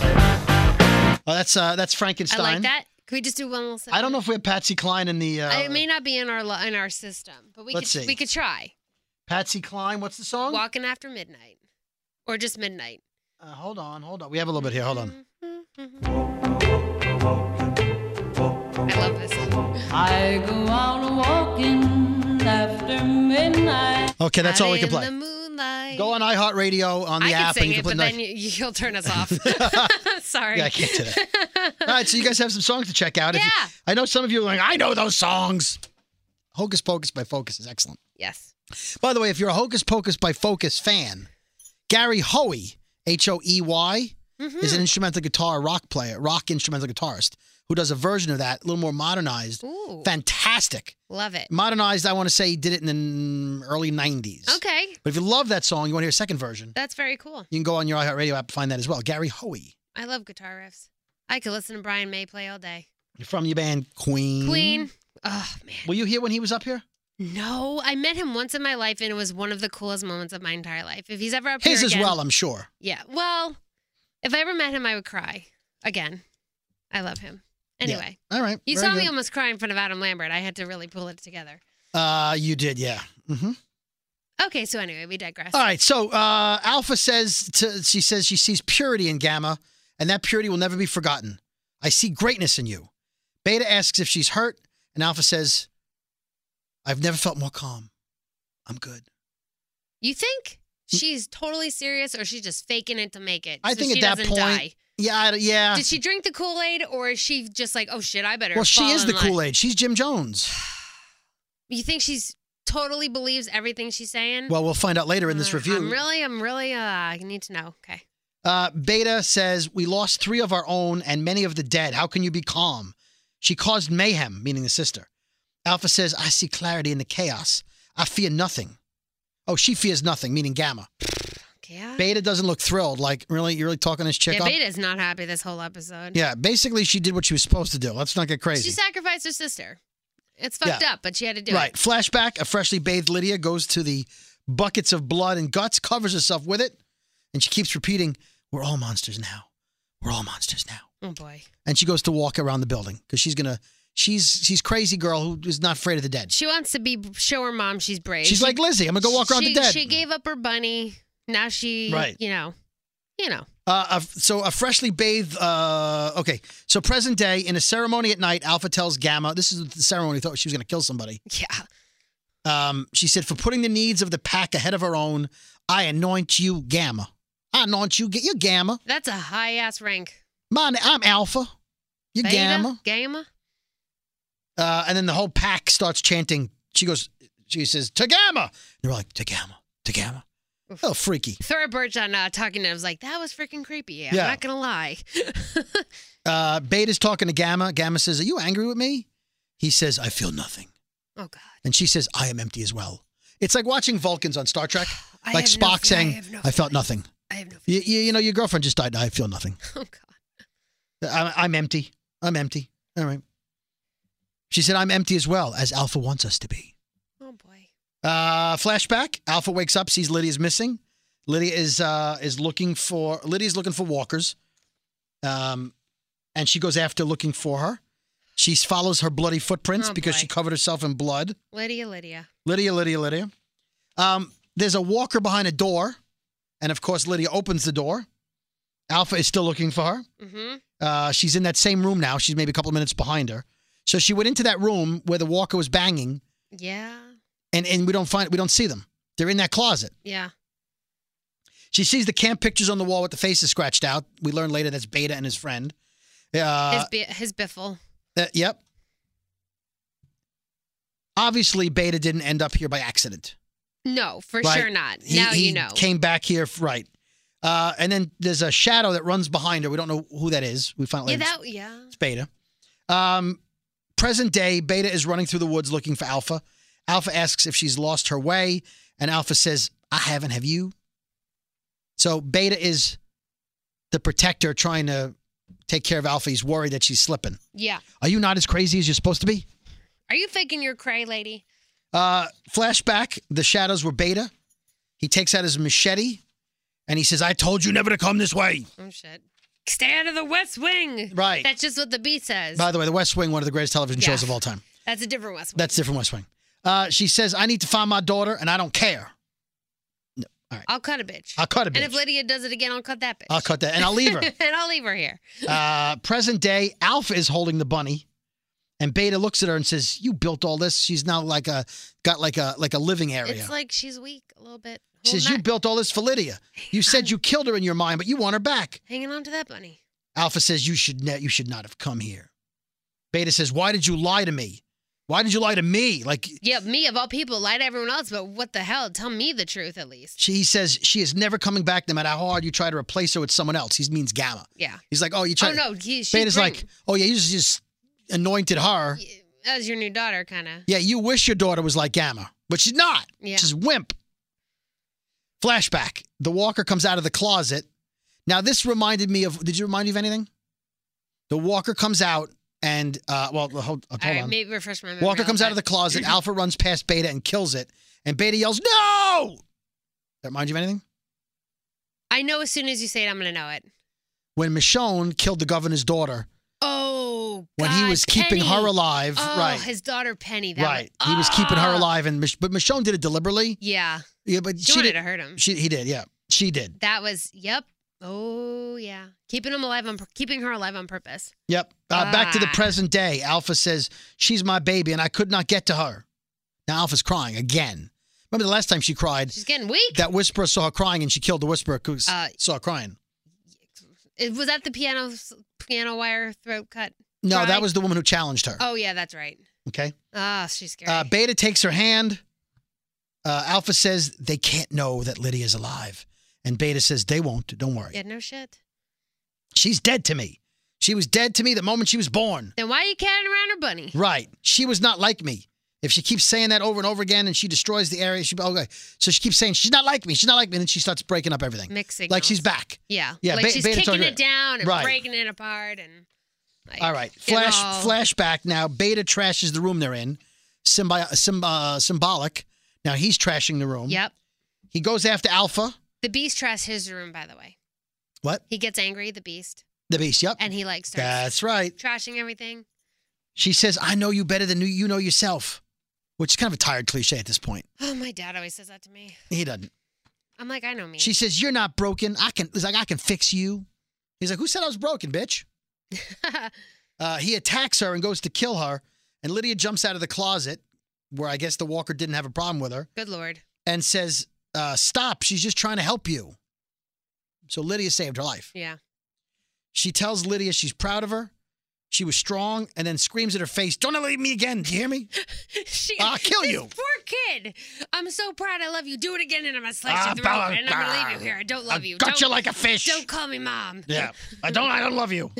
Speaker 3: oh, that's uh, that's Frankenstein.
Speaker 4: I like that. Can we just do one little snippet?
Speaker 3: I don't know if we have Patsy Cline in the. Uh,
Speaker 4: I- it may not be in our lo- in our system, but we
Speaker 3: Let's
Speaker 4: could
Speaker 3: see.
Speaker 4: we could try
Speaker 3: Patsy Cline. What's the song?
Speaker 4: "Walking After Midnight" or just "Midnight."
Speaker 3: Uh, hold on, hold on. We have a little bit here. Hold on.
Speaker 4: Mm-hmm. I love this.
Speaker 7: I go out walking after midnight.
Speaker 3: Okay, that's
Speaker 4: Out
Speaker 3: all we can
Speaker 4: in
Speaker 3: play.
Speaker 4: The moonlight.
Speaker 3: Go on iHeartRadio on the
Speaker 4: I
Speaker 3: app
Speaker 4: can sing
Speaker 3: and you
Speaker 4: it,
Speaker 3: can
Speaker 4: but
Speaker 3: play.
Speaker 4: then you, you'll turn us off. Sorry.
Speaker 3: yeah, I can't do that. all right, so you guys have some songs to check out. If you-
Speaker 4: Yeah.
Speaker 3: I know some of you are like, I know those songs. Hocus Pocus by Focus is excellent.
Speaker 4: Yes.
Speaker 3: By the way, if you're a Hocus Pocus by Focus fan, Gary Hoey, H O E Y,
Speaker 4: Mm-hmm.
Speaker 3: is an instrumental guitar rock player, rock instrumental guitarist, who does a version of that, a little more modernized.
Speaker 4: Ooh.
Speaker 3: Fantastic.
Speaker 4: Love it.
Speaker 3: Modernized, I want to say, he did it in the early 90s.
Speaker 4: Okay.
Speaker 3: But if you love that song, you want to hear a second version,
Speaker 4: That's very cool.
Speaker 3: you can go on your iHeartRadio app and find that as well. Gary Hoey
Speaker 4: I love guitar riffs. I could listen to Brian May play all day.
Speaker 3: from your band Queen.
Speaker 4: Queen. Oh, man.
Speaker 3: Were you here when he was up here?
Speaker 4: No, I met him once in my life, and it was one of the coolest moments of my entire life. If he's ever up
Speaker 3: His
Speaker 4: here
Speaker 3: as
Speaker 4: again-
Speaker 3: well, I'm sure.
Speaker 4: Yeah. Well, if I ever met him, I would cry again. I love him.
Speaker 3: Yeah.
Speaker 4: Anyway,
Speaker 3: All right.
Speaker 4: you
Speaker 3: very
Speaker 4: saw me
Speaker 3: good.
Speaker 4: almost cry in front of Adam Lambert. I had to really pull it together.
Speaker 3: Uh, you did, yeah. hmm
Speaker 4: Okay. So anyway, we digress.
Speaker 3: All right. So uh, Alpha says to, she says she sees purity in Gamma, and that purity will never be forgotten. I see greatness in you. Beta asks if she's hurt, and Alpha says, "I've never felt more calm. I'm good."
Speaker 4: You think she's totally serious, or she's just faking it to make it?
Speaker 3: I
Speaker 4: so
Speaker 3: think
Speaker 4: she
Speaker 3: at that
Speaker 4: doesn't
Speaker 3: point,
Speaker 4: die?
Speaker 3: yeah, I, yeah.
Speaker 4: Did she drink the Kool Aid, or is she just like, oh shit, I better?
Speaker 3: well, she
Speaker 4: fall
Speaker 3: is
Speaker 4: in
Speaker 3: the
Speaker 4: line?
Speaker 3: Kool Aid. She's Jim Jones.
Speaker 4: You think she's totally believes everything she's saying?
Speaker 3: Well, we'll find out later in this
Speaker 4: Uh,
Speaker 3: review.
Speaker 4: Mm. I'm really, I'm really. Uh, I need to know. Okay.
Speaker 3: Uh, Beta says, We lost three of our own and many of the dead. How can you be calm? She caused mayhem, meaning the sister. Alpha says, I see clarity in the chaos. I fear nothing. Oh, she fears nothing, meaning Gamma.
Speaker 4: Okay. Yeah.
Speaker 3: Beta doesn't look thrilled. Like, really? You're really talking this chick
Speaker 4: yeah,
Speaker 3: up?
Speaker 4: Beta's not happy this whole episode.
Speaker 3: Yeah, basically, she did what she was supposed to do. Let's not get
Speaker 4: She
Speaker 3: crazy.
Speaker 4: sacrificed her sister. It's fucked
Speaker 3: Yeah.
Speaker 4: up, but she had to do
Speaker 3: right.
Speaker 4: it.
Speaker 3: Flashback a freshly bathed Lydia goes to the buckets of blood and guts, covers herself with it, and she keeps repeating, We're all monsters now. We're all monsters now.
Speaker 4: Oh boy.
Speaker 3: and she goes to walk around the building because she's gonna she's she's crazy girl who is not afraid of the dead.
Speaker 4: She wants to be show her mom she's brave.
Speaker 3: She's
Speaker 4: She-
Speaker 3: like Lizzie. I'm gonna go walk around
Speaker 4: she,
Speaker 3: the dead.
Speaker 4: She gave up her bunny. Now she,
Speaker 3: Right.
Speaker 4: you know, you know.
Speaker 3: Uh, a- so a freshly bathed. Uh, okay, so present day in a ceremony at night, Alpha tells Gamma. This is the ceremony. Thought she was gonna kill somebody.
Speaker 4: Yeah.
Speaker 3: Um, she said, for putting the needs of the pack ahead of her own, I anoint you Gamma. I anoint you. Get your Gamma.
Speaker 4: That's a high ass rank.
Speaker 3: Mine. I'm Alpha. You're
Speaker 4: Beta?
Speaker 3: Gamma.
Speaker 4: Gamma?
Speaker 3: Uh, and then the whole pack starts chanting. She goes, she says, to Gamma. And they're all like, to Gamma, to Gamma. A little freaky.
Speaker 4: Thora Birch on uh, Talking Dead was like, that was freaking creepy. Yeah,
Speaker 3: Yeah.
Speaker 4: I'm not going to lie.
Speaker 3: Uh, Beta's talking to Gamma. Gamma says, Are you angry with me? He says, I feel nothing.
Speaker 4: oh, God.
Speaker 3: And she says, I am empty as well. It's like watching Vulcans on Star Trek,
Speaker 4: I
Speaker 3: like
Speaker 4: have no
Speaker 3: Spock
Speaker 4: fe- I
Speaker 3: saying,
Speaker 4: have no
Speaker 3: I felt nothing.
Speaker 4: I have no.
Speaker 3: You, you, you know, your girlfriend just died. and I feel nothing.
Speaker 4: Oh God.
Speaker 3: I'm, I'm empty. I'm empty. All right. She said, I'm empty as well as Alpha wants us to be.
Speaker 4: Oh boy.
Speaker 3: Uh, flashback. Alpha wakes up, sees Lydia's missing. Lydia is uh, is looking for Lydia's looking for walkers. Um, and she goes after looking for her. She follows her bloody footprints
Speaker 4: Oh,
Speaker 3: because
Speaker 4: boy.
Speaker 3: she covered herself in blood.
Speaker 4: Lydia, Lydia.
Speaker 3: Lydia, Lydia, Lydia. Um, there's a walker behind a door, and of course Lydia opens the door. Alpha is still looking for her.
Speaker 4: Mm-hmm.
Speaker 3: Uh, she's in that same room now. She's maybe a couple of minutes behind her. So she went into that room where the walker was banging,
Speaker 4: Yeah.
Speaker 3: and, and we don't find we don't see them. They're in that closet.
Speaker 4: Yeah.
Speaker 3: She sees the camp pictures on the wall with the faces scratched out. We learn later that's Beta and his friend. Uh,
Speaker 4: his bi- his biffle.
Speaker 3: uh, yep. Obviously, Beta didn't end up here by accident.
Speaker 4: No, for
Speaker 3: right?
Speaker 4: sure not.
Speaker 3: He-
Speaker 4: now
Speaker 3: he
Speaker 4: you know.
Speaker 3: Came back here, f- right? Uh, and then there's a shadow that runs behind her. We don't know who that is. We find out
Speaker 4: yeah.
Speaker 3: later.
Speaker 4: That. Yeah.
Speaker 3: It's Beta. Um, present day, Beta is running through the woods looking for Alpha. Alpha asks if she's lost her way, and Alpha says, I haven't, have you? So Beta is the protector trying to take care of Alpha. He's worried that she's slipping.
Speaker 4: Yeah.
Speaker 3: Are you not as crazy as you're supposed to be?
Speaker 4: Are you faking your cray, lady?
Speaker 3: Uh, flashback the shadows were Beta. He takes out his machete and he says, I told you never to come this way.
Speaker 4: Oh shit. Stay out of the West Wing.
Speaker 3: Right.
Speaker 4: That's just what the beat says.
Speaker 3: By the way, The West Wing, one of the greatest television shows
Speaker 4: Yeah.
Speaker 3: of all time.
Speaker 4: That's a different West Wing.
Speaker 3: That's different West Wing. Uh, she says, I need to find my daughter and I don't care.
Speaker 4: I'll cut a bitch.
Speaker 3: I'll cut a
Speaker 4: And if
Speaker 3: bitch.
Speaker 4: Lydia does it again, I'll cut that bitch.
Speaker 3: I'll cut that and I'll leave her.
Speaker 4: and I'll leave her here.
Speaker 3: uh, present day, Alpha is holding the bunny. And Beta looks at her and says, "You built all this." She's now like a got like a like a living area.
Speaker 4: It's like she's weak a little bit.
Speaker 3: she says,
Speaker 4: Holding
Speaker 3: "You
Speaker 4: that-
Speaker 3: built all this for Lydia. You said you killed her in your mind, but you want her back."
Speaker 4: hanging on to that bunny.
Speaker 3: Alpha says, "You should ne- you should not have come here." Beta says, "Why did you lie to me? Why did you lie to me?" Like
Speaker 4: Yeah, me of all people lie to everyone else, but what the hell? Tell me the truth at least.
Speaker 3: she he says, she is never coming back, no matter how hard you try to replace her with someone else. He means Gamma.
Speaker 4: Yeah.
Speaker 3: He's like, "Oh, you tried."
Speaker 4: oh no, he, she
Speaker 3: Beta's
Speaker 4: bring-
Speaker 3: like, "Oh yeah, you just, just anointed her."
Speaker 4: as your new daughter, kind of.
Speaker 3: Yeah, you wish your daughter was like Gamma, but she's not.
Speaker 4: Yeah.
Speaker 3: She's a wimp. Flashback. The walker comes out of the closet. Now, this reminded me of. Did you remind you of anything? The walker comes out and, uh, well, hold, hold
Speaker 4: All right,
Speaker 3: on.
Speaker 4: maybe refresh my memory.
Speaker 3: Walker
Speaker 4: on
Speaker 3: comes out of
Speaker 4: that.
Speaker 3: the closet. Alpha runs past Beta and kills it. And Beta yells, No! That remind you of anything?
Speaker 4: I know as soon as you say it, I'm gonna know it.
Speaker 3: When Michonne killed the governor's daughter
Speaker 4: Oh,
Speaker 3: when he
Speaker 4: God,
Speaker 3: was keeping her
Speaker 4: Penny.
Speaker 3: alive.
Speaker 4: Oh,
Speaker 3: right.
Speaker 4: his daughter Penny. That
Speaker 3: right.
Speaker 4: was-
Speaker 3: He was keeping her
Speaker 4: Ah!
Speaker 3: alive. and Mich- But Michonne did it deliberately.
Speaker 4: Yeah,
Speaker 3: Yeah, but
Speaker 4: she,
Speaker 3: she,
Speaker 4: wanted
Speaker 3: did,
Speaker 4: to hurt him.
Speaker 3: She he did, yeah. She did.
Speaker 4: that was yep. Oh yeah, keeping him alive on pur- keeping her alive on purpose.
Speaker 3: Yep. Uh, Back to the
Speaker 4: Ah.
Speaker 3: present day. Alpha says, She's my baby, and I could not get to her. Now Alpha's crying again. Remember the last time she cried?
Speaker 4: She's getting weak.
Speaker 3: That whisperer saw her crying and she killed the whisperer who s-
Speaker 4: Uh,
Speaker 3: saw her crying.
Speaker 4: It- was that the piano piano wire throat cut?
Speaker 3: No,
Speaker 4: cry?
Speaker 3: that was the woman who challenged her.
Speaker 4: Oh yeah, that's right.
Speaker 3: Okay.
Speaker 4: Ah, she's scary.
Speaker 3: Uh, Beta takes her hand. Uh, Alpha says, They can't know that Lydia's alive. And Beta says, They won't. Don't worry.
Speaker 4: yeah, no shit.
Speaker 3: She's dead to me. She was dead to me the moment she was born.
Speaker 4: Then why are you carrying around her bunny?
Speaker 3: Right. She was not like me. If she keeps saying that over and over again and she destroys the area, she okay. So she keeps saying she's not like me. She's not like me. And then she starts breaking up everything.
Speaker 4: Mixing
Speaker 3: Like she's back.
Speaker 4: Yeah,
Speaker 3: Yeah,
Speaker 4: Like
Speaker 3: Be-
Speaker 4: she's
Speaker 3: Beta told
Speaker 4: kicking
Speaker 3: her-
Speaker 4: it down and
Speaker 3: Right.
Speaker 4: breaking it apart and. Like,
Speaker 3: All right.
Speaker 4: getting
Speaker 3: Flash
Speaker 4: all-
Speaker 3: flashback now. Beta trashes the room they're in. Symbi- symb- uh, symbolic. Now he's trashing the room.
Speaker 4: Yep.
Speaker 3: He goes after Alpha.
Speaker 4: The beast trusts his room, by the way.
Speaker 3: What?
Speaker 4: He gets angry, the beast,
Speaker 3: The beast. Yep.
Speaker 4: and he like starts
Speaker 3: That's right.
Speaker 4: trashing everything.
Speaker 3: She says, I know you better than you- you know yourself, which is kind of a tired cliche at this point.
Speaker 4: Oh, my dad always says that to me.
Speaker 3: He doesn't.
Speaker 4: I'm like, I know me.
Speaker 3: She says, You're not broken. I can, he's like, I can fix you. He's like, Who said I was broken, bitch? Uh, he attacks her and goes to kill her. And Lydia jumps out of the closet, where I guess the walker didn't have a problem with her,
Speaker 4: Good lord.
Speaker 3: and says, uh, Stop. She's just trying to help you. So Lydia saved her life.
Speaker 4: Yeah.
Speaker 3: She tells Lydia she's proud of her. She was strong and then screams at her face, Don't ever leave me again. Do you hear me?
Speaker 4: She,
Speaker 3: I'll kill
Speaker 4: this
Speaker 3: you.
Speaker 4: Poor kid. I'm so proud. I love you. Do it again, and I'm gonna slice
Speaker 3: Ah,
Speaker 4: your throat,
Speaker 3: blah,
Speaker 4: and I'm gonna leave you
Speaker 3: blah.
Speaker 4: here. I don't love
Speaker 3: I
Speaker 4: you.
Speaker 3: Got
Speaker 4: don't,
Speaker 3: you like a fish.
Speaker 4: Don't call me mom.
Speaker 3: Yeah. I don't I don't love you.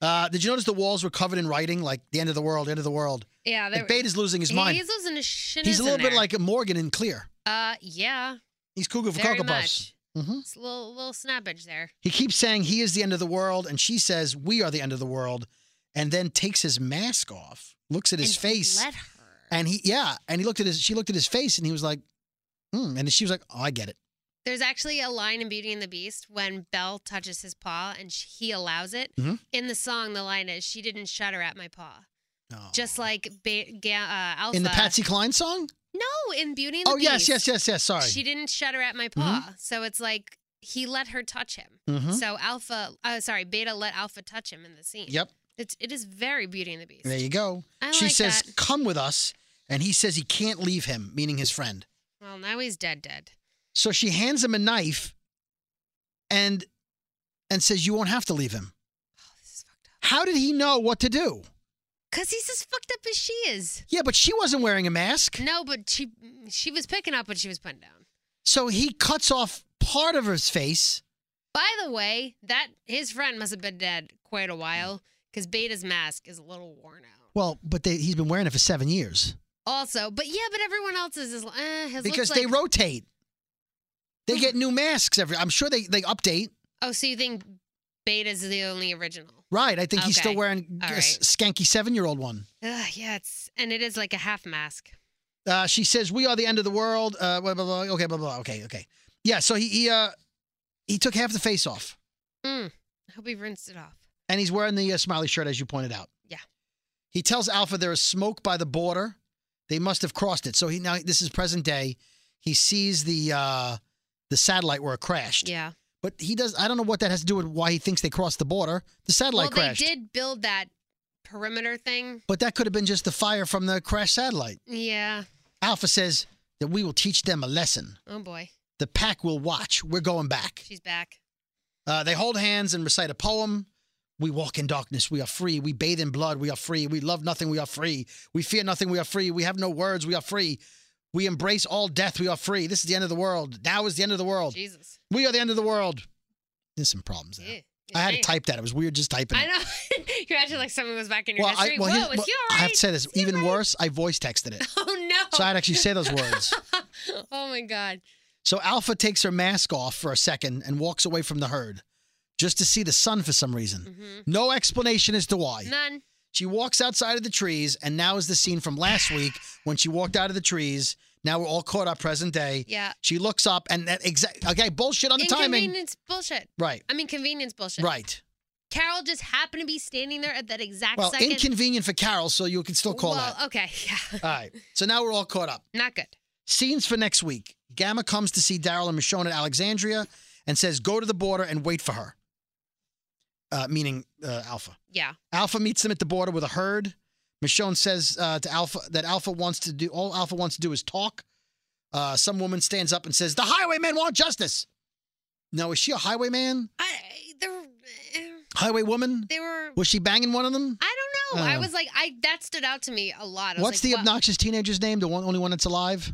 Speaker 3: Uh, did you notice the walls were covered in writing, like the end of the world, end of the world?
Speaker 4: Yeah.
Speaker 3: Like
Speaker 4: There,
Speaker 3: Beta's losing his
Speaker 4: he-
Speaker 3: mind.
Speaker 4: He's losing his shit.
Speaker 3: He's a little bit like Morgan in Clear.
Speaker 4: Uh, yeah.
Speaker 3: He's cuckoo for
Speaker 4: Very
Speaker 3: Cocoa
Speaker 4: much.
Speaker 3: Puffs. Mhm.
Speaker 4: It's a little little snappage there.
Speaker 3: He keeps saying he is the end of the world, and she says we are the end of the world, and then takes his mask off, looks at his
Speaker 4: And
Speaker 3: face,
Speaker 4: Let her.
Speaker 3: and he yeah, and he looked at his she looked at his face, and he was like, hmm, and she was like, oh, I get it.
Speaker 4: There's actually a line in Beauty and the Beast when Belle touches his paw and sh he allows it.
Speaker 3: Mhm.
Speaker 4: In the song, the line is, "She didn't shudder at my paw,"
Speaker 3: Oh.
Speaker 4: just like ba- Ga- uh, Alpha.
Speaker 3: in the Patsy Cline song.
Speaker 4: No, in Beauty and the
Speaker 3: Oh yes,
Speaker 4: Beast.
Speaker 3: yes, yes, yes. Sorry. Mm-hmm.
Speaker 4: She didn't shudder at my paw, so it's like he let her touch him.
Speaker 3: Mhm.
Speaker 4: So Alpha, uh, sorry, Beta let Alpha touch him in the scene.
Speaker 3: Yep.
Speaker 4: It's it is very Beauty and the Beast.
Speaker 3: There you go.
Speaker 4: I
Speaker 3: she
Speaker 4: like
Speaker 3: says,
Speaker 4: that.
Speaker 3: "Come with us," and he says he can't leave him, meaning his friend.
Speaker 4: Well, now he's dead, dead.
Speaker 3: So she hands him a knife, and and says, "You won't have to leave him."
Speaker 4: Oh,
Speaker 3: How did he know what to do?
Speaker 4: Cause he's as fucked up as she is.
Speaker 3: Yeah, but she wasn't wearing a mask,
Speaker 4: No, but she she was picking up what she was putting down.
Speaker 3: so he cuts off part of his face.
Speaker 4: By the way, that his friend must have been dead quite a while because Beta's mask is a little worn out.
Speaker 3: Well, but they, he's been wearing it for seven years
Speaker 4: Also, but yeah, but everyone else is as, eh, his looks
Speaker 3: because
Speaker 4: like,
Speaker 3: they rotate. They get new masks every. I'm sure they they update.
Speaker 4: Oh, so you think Beta's the only original?
Speaker 3: Right. I think he's still
Speaker 4: Okay.
Speaker 3: wearing
Speaker 4: All
Speaker 3: a
Speaker 4: right.
Speaker 3: s- skanky seven year old one.
Speaker 4: Ugh, yeah, it's and it is like a half mask.
Speaker 3: Uh, she says, "We are the end of the world." Uh, blah, blah, blah. Okay, blah, blah. Okay, okay. Yeah. So he he uh, he took half the face off,
Speaker 4: Mm, I hope he rinsed it off.
Speaker 3: and he's wearing the uh, smiley shirt, as you pointed out.
Speaker 4: Yeah.
Speaker 3: He tells Alpha there is smoke by the border. They must have crossed it. So he now this is present day. He sees the uh, the satellite where it crashed.
Speaker 4: Yeah.
Speaker 3: But he does. I don't know what that has to do with why he thinks they crossed the border. The
Speaker 4: well,
Speaker 3: satellite crashed.
Speaker 4: they did build that perimeter thing.
Speaker 3: But that could have been just the fire from the crashed satellite.
Speaker 4: Yeah.
Speaker 3: Alpha says that we will teach them a lesson.
Speaker 4: Oh boy,
Speaker 3: The pack will watch. We're going back.
Speaker 4: she's back.
Speaker 3: Uh, they hold hands and recite a poem. We walk in darkness. We are free. We bathe in blood. We are free. We love nothing. We are free. We fear nothing. We are free. We have no words. We are free. We embrace all death. We are free. This is the end of the world. Now is the end of the world.
Speaker 4: Jesus.
Speaker 3: We are the end of the world. There's some problems there.
Speaker 4: Ew.
Speaker 3: I had to
Speaker 4: Yeah.
Speaker 3: type that. It was weird just typing
Speaker 4: I
Speaker 3: it.
Speaker 4: know. you acted like someone was back in your
Speaker 3: Well, I,
Speaker 4: history.
Speaker 3: well, here's-
Speaker 4: Whoa, is
Speaker 3: well,
Speaker 4: he all
Speaker 3: I
Speaker 4: right?
Speaker 3: have to say this.
Speaker 4: Is he
Speaker 3: Even
Speaker 4: all right?
Speaker 3: worse, I voice texted it.
Speaker 4: Oh no.
Speaker 3: So I'd actually say those words.
Speaker 4: oh my god.
Speaker 3: So Alpha takes her mask off for a second and walks away from the herd just to see the sun for some reason.
Speaker 4: Mm-hmm.
Speaker 3: No explanation as to why.
Speaker 4: None.
Speaker 3: She walks outside of the trees, and now is the scene from last week when she walked out of the trees. Now we're all caught up present day.
Speaker 4: Yeah.
Speaker 3: She looks up, and that exact okay bullshit on the timing.
Speaker 4: Inconvenience bullshit.
Speaker 3: Right,
Speaker 4: I mean convenience bullshit.
Speaker 3: right.
Speaker 4: Carol just happened to be standing there at that exact
Speaker 3: Well,
Speaker 4: second.
Speaker 3: inconvenient for Carol, so you can still call
Speaker 4: well, uh,
Speaker 3: that. Uh,
Speaker 4: okay, yeah.
Speaker 3: All right. So now we're all caught up.
Speaker 4: Not good.
Speaker 3: Scenes for next week. Gamma comes to see Daryl and Michonne at Alexandria and says, go to the border and wait for her. Uh, meaning uh, Alpha.
Speaker 4: Yeah.
Speaker 3: Alpha meets them at the border with a herd. Michonne says uh, to Alpha that Alpha wants to do, all Alpha wants to do is talk. Uh, some woman stands up and says, the highwaymen want justice. No, is she a highwayman?
Speaker 4: I there eh,
Speaker 3: Highwaywoman?
Speaker 4: they were
Speaker 3: Was she banging one of them?
Speaker 4: I don't know.
Speaker 3: I don't
Speaker 4: I
Speaker 3: know.
Speaker 4: was like I that stood out to me a lot. I was
Speaker 3: Uh. What's
Speaker 4: like,
Speaker 3: the
Speaker 4: wow.
Speaker 3: obnoxious teenager's name? The one, only one that's alive?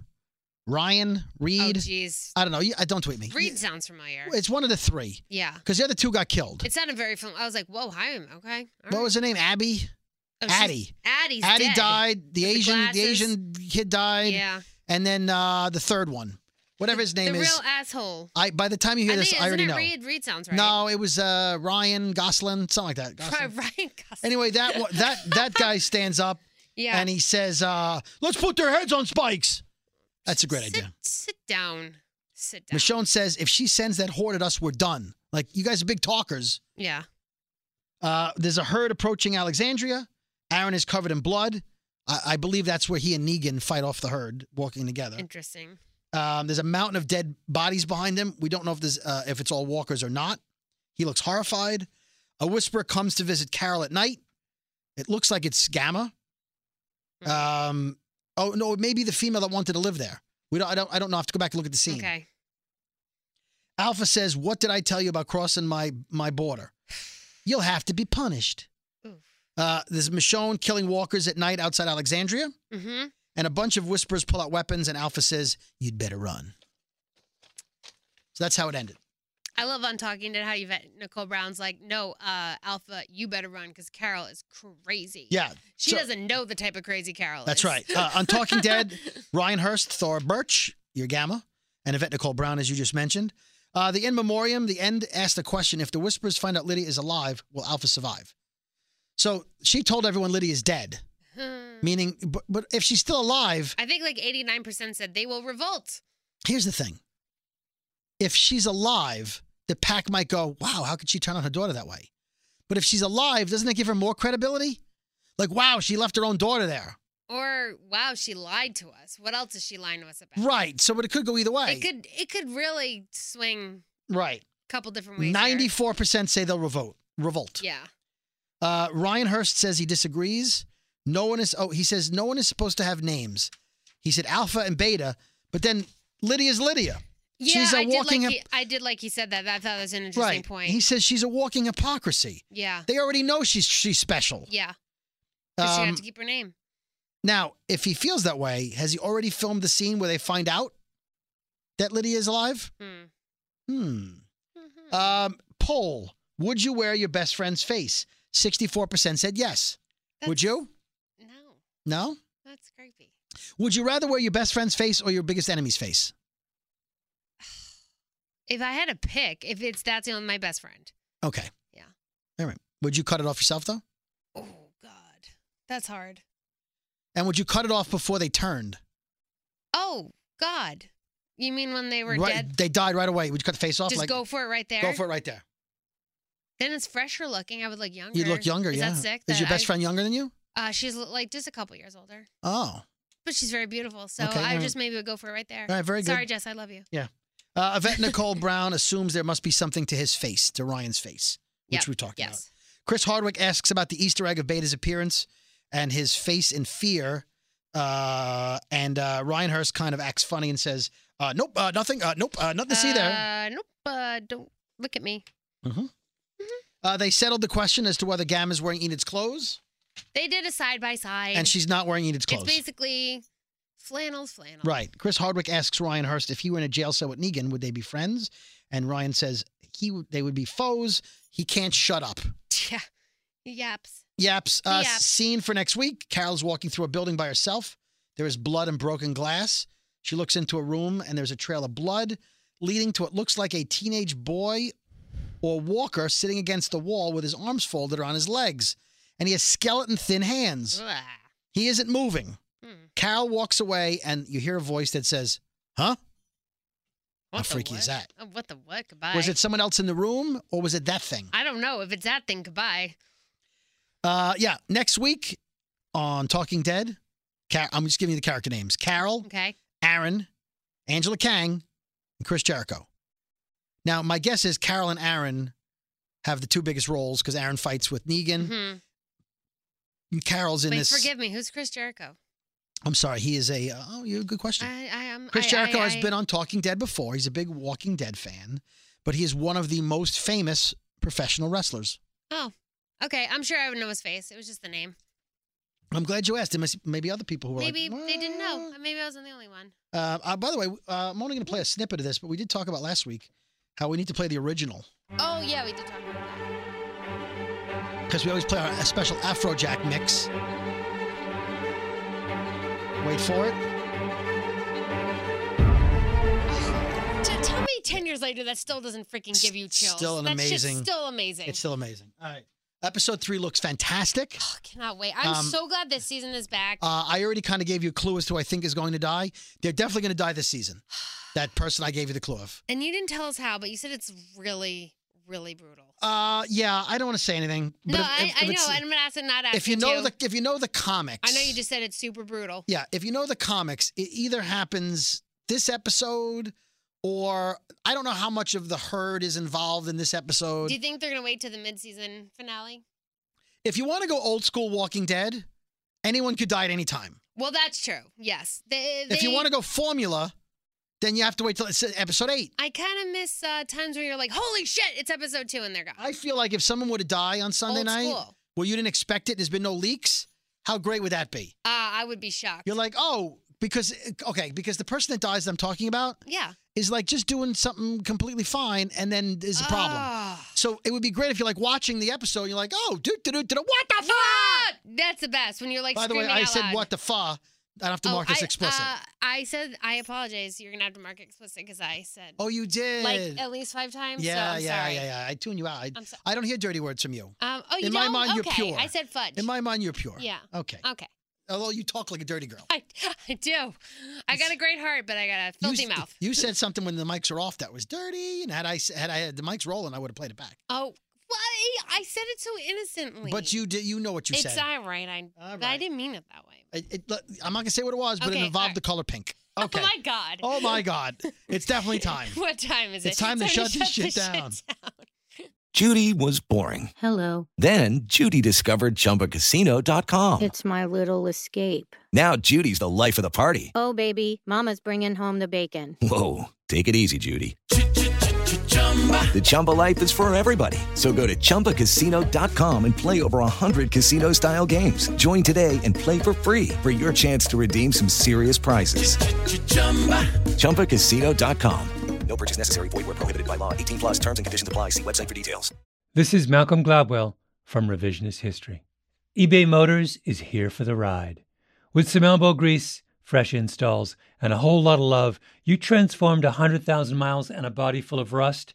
Speaker 3: Ryan?
Speaker 4: Oh
Speaker 3: Reed?
Speaker 4: jeez.
Speaker 3: I don't know. You- I don't tweet me.
Speaker 4: Reed sounds familiar.
Speaker 3: It's one of the three.
Speaker 4: yeah.
Speaker 3: Because the other two got killed.
Speaker 4: It sounded very familiar. I was like, whoa, hi okay. all
Speaker 3: what
Speaker 4: right.
Speaker 3: was her name? Abby.
Speaker 4: Oh, she's-
Speaker 3: Addie.
Speaker 4: Addie's
Speaker 3: Addie
Speaker 4: dead.
Speaker 3: died. The
Speaker 4: With the
Speaker 3: Asian, the,
Speaker 4: glasses.
Speaker 3: Asian kid died.
Speaker 4: Yeah.
Speaker 3: And then uh, the third one, whatever his name
Speaker 4: the
Speaker 3: is.
Speaker 4: real asshole.
Speaker 3: I by the time you hear
Speaker 4: I
Speaker 3: this,
Speaker 4: think,
Speaker 3: I
Speaker 4: isn't
Speaker 3: already
Speaker 4: it
Speaker 3: know.
Speaker 4: Reed? Reed sounds right.
Speaker 3: No, it was uh, Ryan Gosling, something like that.
Speaker 4: Ryan
Speaker 3: Gosling.
Speaker 4: Gosling.
Speaker 3: Anyway, that one- that that guy stands up
Speaker 4: yeah.
Speaker 3: and he says, uh, "Let's put their heads on spikes." That's a great
Speaker 4: sit,
Speaker 3: idea.
Speaker 4: Sit down. Sit down.
Speaker 3: Michonne says, "If she sends that horde at us, we're done. Like you guys are big talkers."
Speaker 4: Yeah.
Speaker 3: Uh, there's a herd approaching Alexandria. Aaron is covered in blood. I, I believe that's where he and Negan fight off the herd, walking together.
Speaker 4: Interesting.
Speaker 3: Um, there's a mountain of dead bodies behind them. We don't know if there's uh, if it's all walkers or not. He looks horrified. A whisperer comes to visit Carol at night. It looks like it's Gamma. Um, oh no, it may be the female that wanted to live there. We don't. I don't. I don't know. I have to go back and look at the scene.
Speaker 4: Okay.
Speaker 3: Alpha says, "What did I tell you about crossing my my border? You'll have to be punished."
Speaker 4: Oof.
Speaker 3: Uh, there's Michonne killing walkers at night outside Alexandria,
Speaker 4: Mm-hmm.
Speaker 3: and a bunch of whispers pull out weapons, and Alpha says, "You'd better run." So that's how it ended.
Speaker 4: I love on Talking Dead how you vet Nicole Brown's like, no, uh, Alpha, you better run because Carol is crazy.
Speaker 3: Yeah,
Speaker 4: She
Speaker 3: so-
Speaker 4: doesn't know the type of crazy Carol
Speaker 3: That's
Speaker 4: is.
Speaker 3: right. Uh, on Talking Dead, Ryan Hurst, Thora Birch, your Gamma, and Yvette Nicole Brown, as you just mentioned. Uh, the end memoriam, the end asked the question if the Whisperers find out Lydia is alive, will Alpha survive? So she told everyone Lydia is dead, meaning, but, but if she's still alive,
Speaker 4: I think like 89% said they will revolt.
Speaker 3: here's the thing if she's alive, the pack might go, wow, how could she turn on her daughter that way? But if she's alive, doesn't that give her more credibility? Like, wow, she left her own daughter there.
Speaker 4: Or wow, she lied to us. What else is she lying to us about?
Speaker 3: Right. So, but it could go either way.
Speaker 4: It could it could really swing
Speaker 3: right.
Speaker 4: a couple different ways. there.
Speaker 3: 94% say they'll revolt. Revolt.
Speaker 4: Yeah.
Speaker 3: Uh, Ryan Hurst says he disagrees. No one is. Oh, he says no one is supposed to have names. He said Alpha and Beta, but then Lydia's Lydia.
Speaker 4: Yeah,
Speaker 3: she's a
Speaker 4: I did like
Speaker 3: walking.
Speaker 4: he, I did like he said that. I thought that was an interesting
Speaker 3: right.
Speaker 4: point.
Speaker 3: He says she's a walking hypocrisy.
Speaker 4: yeah.
Speaker 3: They already know she's she's special.
Speaker 4: Yeah. 'Cause she
Speaker 3: Um,
Speaker 4: had to keep her name.
Speaker 3: Now, if he feels that way, has he already filmed the scene where they find out that Lydia is alive?
Speaker 4: Hmm. Mm-hmm.
Speaker 3: Hmm. Um, poll: Would you wear your best friend's face? Sixty-four percent said yes. Would
Speaker 4: That's-
Speaker 3: you?
Speaker 4: No,
Speaker 3: No.
Speaker 4: that's creepy.
Speaker 3: Would you rather wear your best friend's face or your biggest enemy's face?
Speaker 4: If I had a pick, if it's that's the only my best friend.
Speaker 3: Okay.
Speaker 4: Yeah.
Speaker 3: All right. Would you cut it off yourself though?
Speaker 4: Oh God, that's hard.
Speaker 3: And would you cut it off before they turned?
Speaker 4: Oh God, you mean when they were
Speaker 3: right,
Speaker 4: dead?
Speaker 3: They died right away. Would you cut the face off?
Speaker 4: Just
Speaker 3: like,
Speaker 4: go for it right there.
Speaker 3: Go for it right there.
Speaker 4: Then it's fresher looking. I would look younger.
Speaker 3: You look younger.
Speaker 4: Is
Speaker 3: yeah.
Speaker 4: that sick?
Speaker 3: Is
Speaker 4: that
Speaker 3: your best
Speaker 4: I-
Speaker 3: friend younger than you?
Speaker 4: Uh, she's l- like just a couple years older,
Speaker 3: Oh.
Speaker 4: but she's very beautiful. So
Speaker 3: Okay,
Speaker 4: I
Speaker 3: all right.
Speaker 4: just maybe would go for it right there.
Speaker 3: All right, very
Speaker 4: Sorry,
Speaker 3: good.
Speaker 4: Jess, I love you.
Speaker 3: Uh, Yvette Nicole Brown assumes there must be something to his face, to Ryan's face, which
Speaker 4: Yep,
Speaker 3: we talked about.
Speaker 4: Yes.
Speaker 3: Chris Hardwick asks about the Easter egg of Beta's appearance and his face in fear. Uh, and uh, Ryan Hurst kind of acts funny and says, uh, "Nope, uh, nothing. Uh, nope, uh, nothing to see there."
Speaker 4: Uh, nope. Uh, don't look at me.
Speaker 3: Uh, they settled the question as to whether Gamma's wearing Enid's clothes,
Speaker 4: They did a side by side,
Speaker 3: and she's not wearing Enid's
Speaker 4: It's
Speaker 3: clothes.
Speaker 4: basically flannels, flannel.
Speaker 3: Right. Chris Hardwick asks Ryan Hurst if he were in a jail cell with Negan, would they be friends? And Ryan says he would- they would be foes. He can't shut up.
Speaker 4: Yeah. Yaps.
Speaker 3: Yaps. Uh,
Speaker 4: Yaps.
Speaker 3: Scene for next week. Carol's walking through a building by herself. There is blood and broken glass. She looks into a room and there's a trail of blood leading to what looks like a teenage boy or walker sitting against the wall with his arms folded around his legs. And he has skeleton thin hands.
Speaker 4: Blah.
Speaker 3: He isn't moving.
Speaker 4: Hmm.
Speaker 3: Carol walks away and you hear a voice that says, Huh?
Speaker 4: What the
Speaker 3: freaky is
Speaker 4: what?
Speaker 3: that?
Speaker 4: Oh, what the what? Goodbye.
Speaker 3: Was it someone else in the room or was it that thing?
Speaker 4: I don't know. If it's that thing, goodbye.
Speaker 3: Uh, yeah, next week on Talking Dead, Car- I'm just giving you the character names Carol,
Speaker 4: Okay.
Speaker 3: Aaron, Angela Kang, and Chris Jericho. Now, my guess is Carol and Aaron have the two biggest roles because Aaron fights with Negan.
Speaker 4: Mhm.
Speaker 3: and Carol's in
Speaker 4: Wait,
Speaker 3: this.
Speaker 4: forgive me. Who's Chris Jericho?
Speaker 3: I'm sorry, he is a. Oh, you good question.
Speaker 4: I, I am.
Speaker 3: Chris
Speaker 4: I-
Speaker 3: Jericho
Speaker 4: I-
Speaker 3: has
Speaker 4: I-
Speaker 3: been on Talking Dead before. He's a big Walking Dead fan, but he is one of the most famous professional wrestlers.
Speaker 4: Oh, okay. I'm sure I would know his face. It was just the name.
Speaker 3: I'm glad you asked. There must maybe other people who were
Speaker 4: Maybe
Speaker 3: like,
Speaker 4: they didn't know.
Speaker 3: "What?"
Speaker 4: Maybe I wasn't the only one.
Speaker 3: Uh, uh, by the way, uh, I'm only going to play a snippet of this, but we did talk about last week how we need to play the original
Speaker 4: Oh yeah, we did talk about that.
Speaker 3: because we always play our, a special Afrojack mix. Wait for it.
Speaker 4: T- tell me, ten years later, that still doesn't freaking give you
Speaker 3: It's
Speaker 4: chills.
Speaker 3: still an
Speaker 4: That shit's
Speaker 3: amazing-
Speaker 4: Still amazing.
Speaker 3: It's still amazing. All right. Episode three looks fantastic.
Speaker 4: I cannot wait. I'm
Speaker 3: Um,
Speaker 4: so glad this season is back.
Speaker 3: Uh, I already kind of gave you a clue as to who I think is going to die. They're definitely going to die this season. That person I gave you the clue of.
Speaker 4: and you didn't tell us how, but you said it's really, really brutal.
Speaker 3: Uh, yeah, I don't want to say anything.
Speaker 4: No,
Speaker 3: if-
Speaker 4: I,
Speaker 3: if- if
Speaker 4: I know.
Speaker 3: it's-
Speaker 4: I'm gonna ask it not ask
Speaker 3: If you know
Speaker 4: too.
Speaker 3: the if you know the comics,
Speaker 4: I know you just said it's super brutal.
Speaker 3: Yeah, if you know the comics, it either happens this episode or I don't know how much of the herd is involved in this episode.
Speaker 4: Do you think they're gonna wait to the mid-season finale?
Speaker 3: if you want to go old school Walking Dead, anyone could die at any time.
Speaker 4: Well, that's true. Yes. They,
Speaker 3: if you want to go formula, then you have to wait till it's uh, episode 8.
Speaker 4: I kind of miss uh, times where you're like, "Holy shit, it's episode two, and they're gone."
Speaker 3: I feel like if someone were to die on Sunday
Speaker 4: Old
Speaker 3: night
Speaker 4: school.
Speaker 3: where you didn't expect it and there's been no leaks, how great would that be?
Speaker 4: Uh, I would be shocked.
Speaker 3: You're like, "Oh, because okay, because the person that dies that I'm talking about
Speaker 4: yeah.
Speaker 3: is like just doing something completely fine and then there's a problem."
Speaker 4: Ah.
Speaker 3: So it would be great if you're like watching the episode. And you're like, oh, do do do do. What the fuck?
Speaker 4: That's the best when you're like.
Speaker 3: By the way,
Speaker 4: screaming
Speaker 3: I
Speaker 4: out
Speaker 3: said
Speaker 4: loud.
Speaker 3: what the fuck I don't have to mark this explicit.
Speaker 4: Uh, I said I apologize. You're gonna have to mark it explicit because I said
Speaker 3: oh, you did.
Speaker 4: like at least five times.
Speaker 3: yeah,
Speaker 4: so I'm
Speaker 3: yeah,
Speaker 4: sorry.
Speaker 3: yeah, yeah. I tune you out. I,
Speaker 4: I'm so-
Speaker 3: I don't hear dirty words from you.
Speaker 4: Um, oh, you
Speaker 3: In my
Speaker 4: don't?
Speaker 3: mind, you're
Speaker 4: okay.
Speaker 3: pure.
Speaker 4: I said fudge.
Speaker 3: In my mind, you're pure.
Speaker 4: Yeah. Um,
Speaker 3: Okay.
Speaker 4: okay.
Speaker 3: Although you talk like a dirty girl.
Speaker 4: I, I do. I got a great heart, but I got a filthy
Speaker 3: you, s-
Speaker 4: mouth.
Speaker 3: You said something when the mics are off that was dirty, and had I s- had I had the mics rolling, I would have played it back.
Speaker 4: Oh, what? I said it so innocently.
Speaker 3: But you did. You know what you
Speaker 4: it's
Speaker 3: said.
Speaker 4: all right. I,
Speaker 3: All
Speaker 4: but I
Speaker 3: right.
Speaker 4: didn't mean it that way.
Speaker 3: It- it- look, I'm not gonna say what it was, but
Speaker 4: Okay,
Speaker 3: it
Speaker 4: all
Speaker 3: involved
Speaker 4: right.
Speaker 3: the color pink. Okay.
Speaker 4: Oh my god.
Speaker 3: Oh my God. It's definitely time.
Speaker 4: What time is it?
Speaker 3: It's time to shut this shut
Speaker 4: the
Speaker 3: down.
Speaker 8: Judy was boring.
Speaker 9: Hello.
Speaker 8: Then Judy discovered
Speaker 3: Oh.
Speaker 8: ChumbaCasino.com.
Speaker 9: It's my little escape.
Speaker 8: Now Judy's the life of the party.
Speaker 9: Oh, baby, Mama's bringing home the bacon.
Speaker 8: Whoa, take it easy, Judy. The Chumba life is for everybody. So go to ChumbaCasino.com and play over 100 casino style games. Join today and play for free for your chance to redeem some serious prizes. ChumbaCasino.com. No purchase necessary. Void where prohibited by law. 18 plus terms and conditions apply. See website for details.
Speaker 10: This is Malcolm Gladwell from Revisionist History. eBay Motors is here for the ride. With some elbow grease, fresh installs, and a whole lot of love, you transformed a 100,000 miles and a body full of rust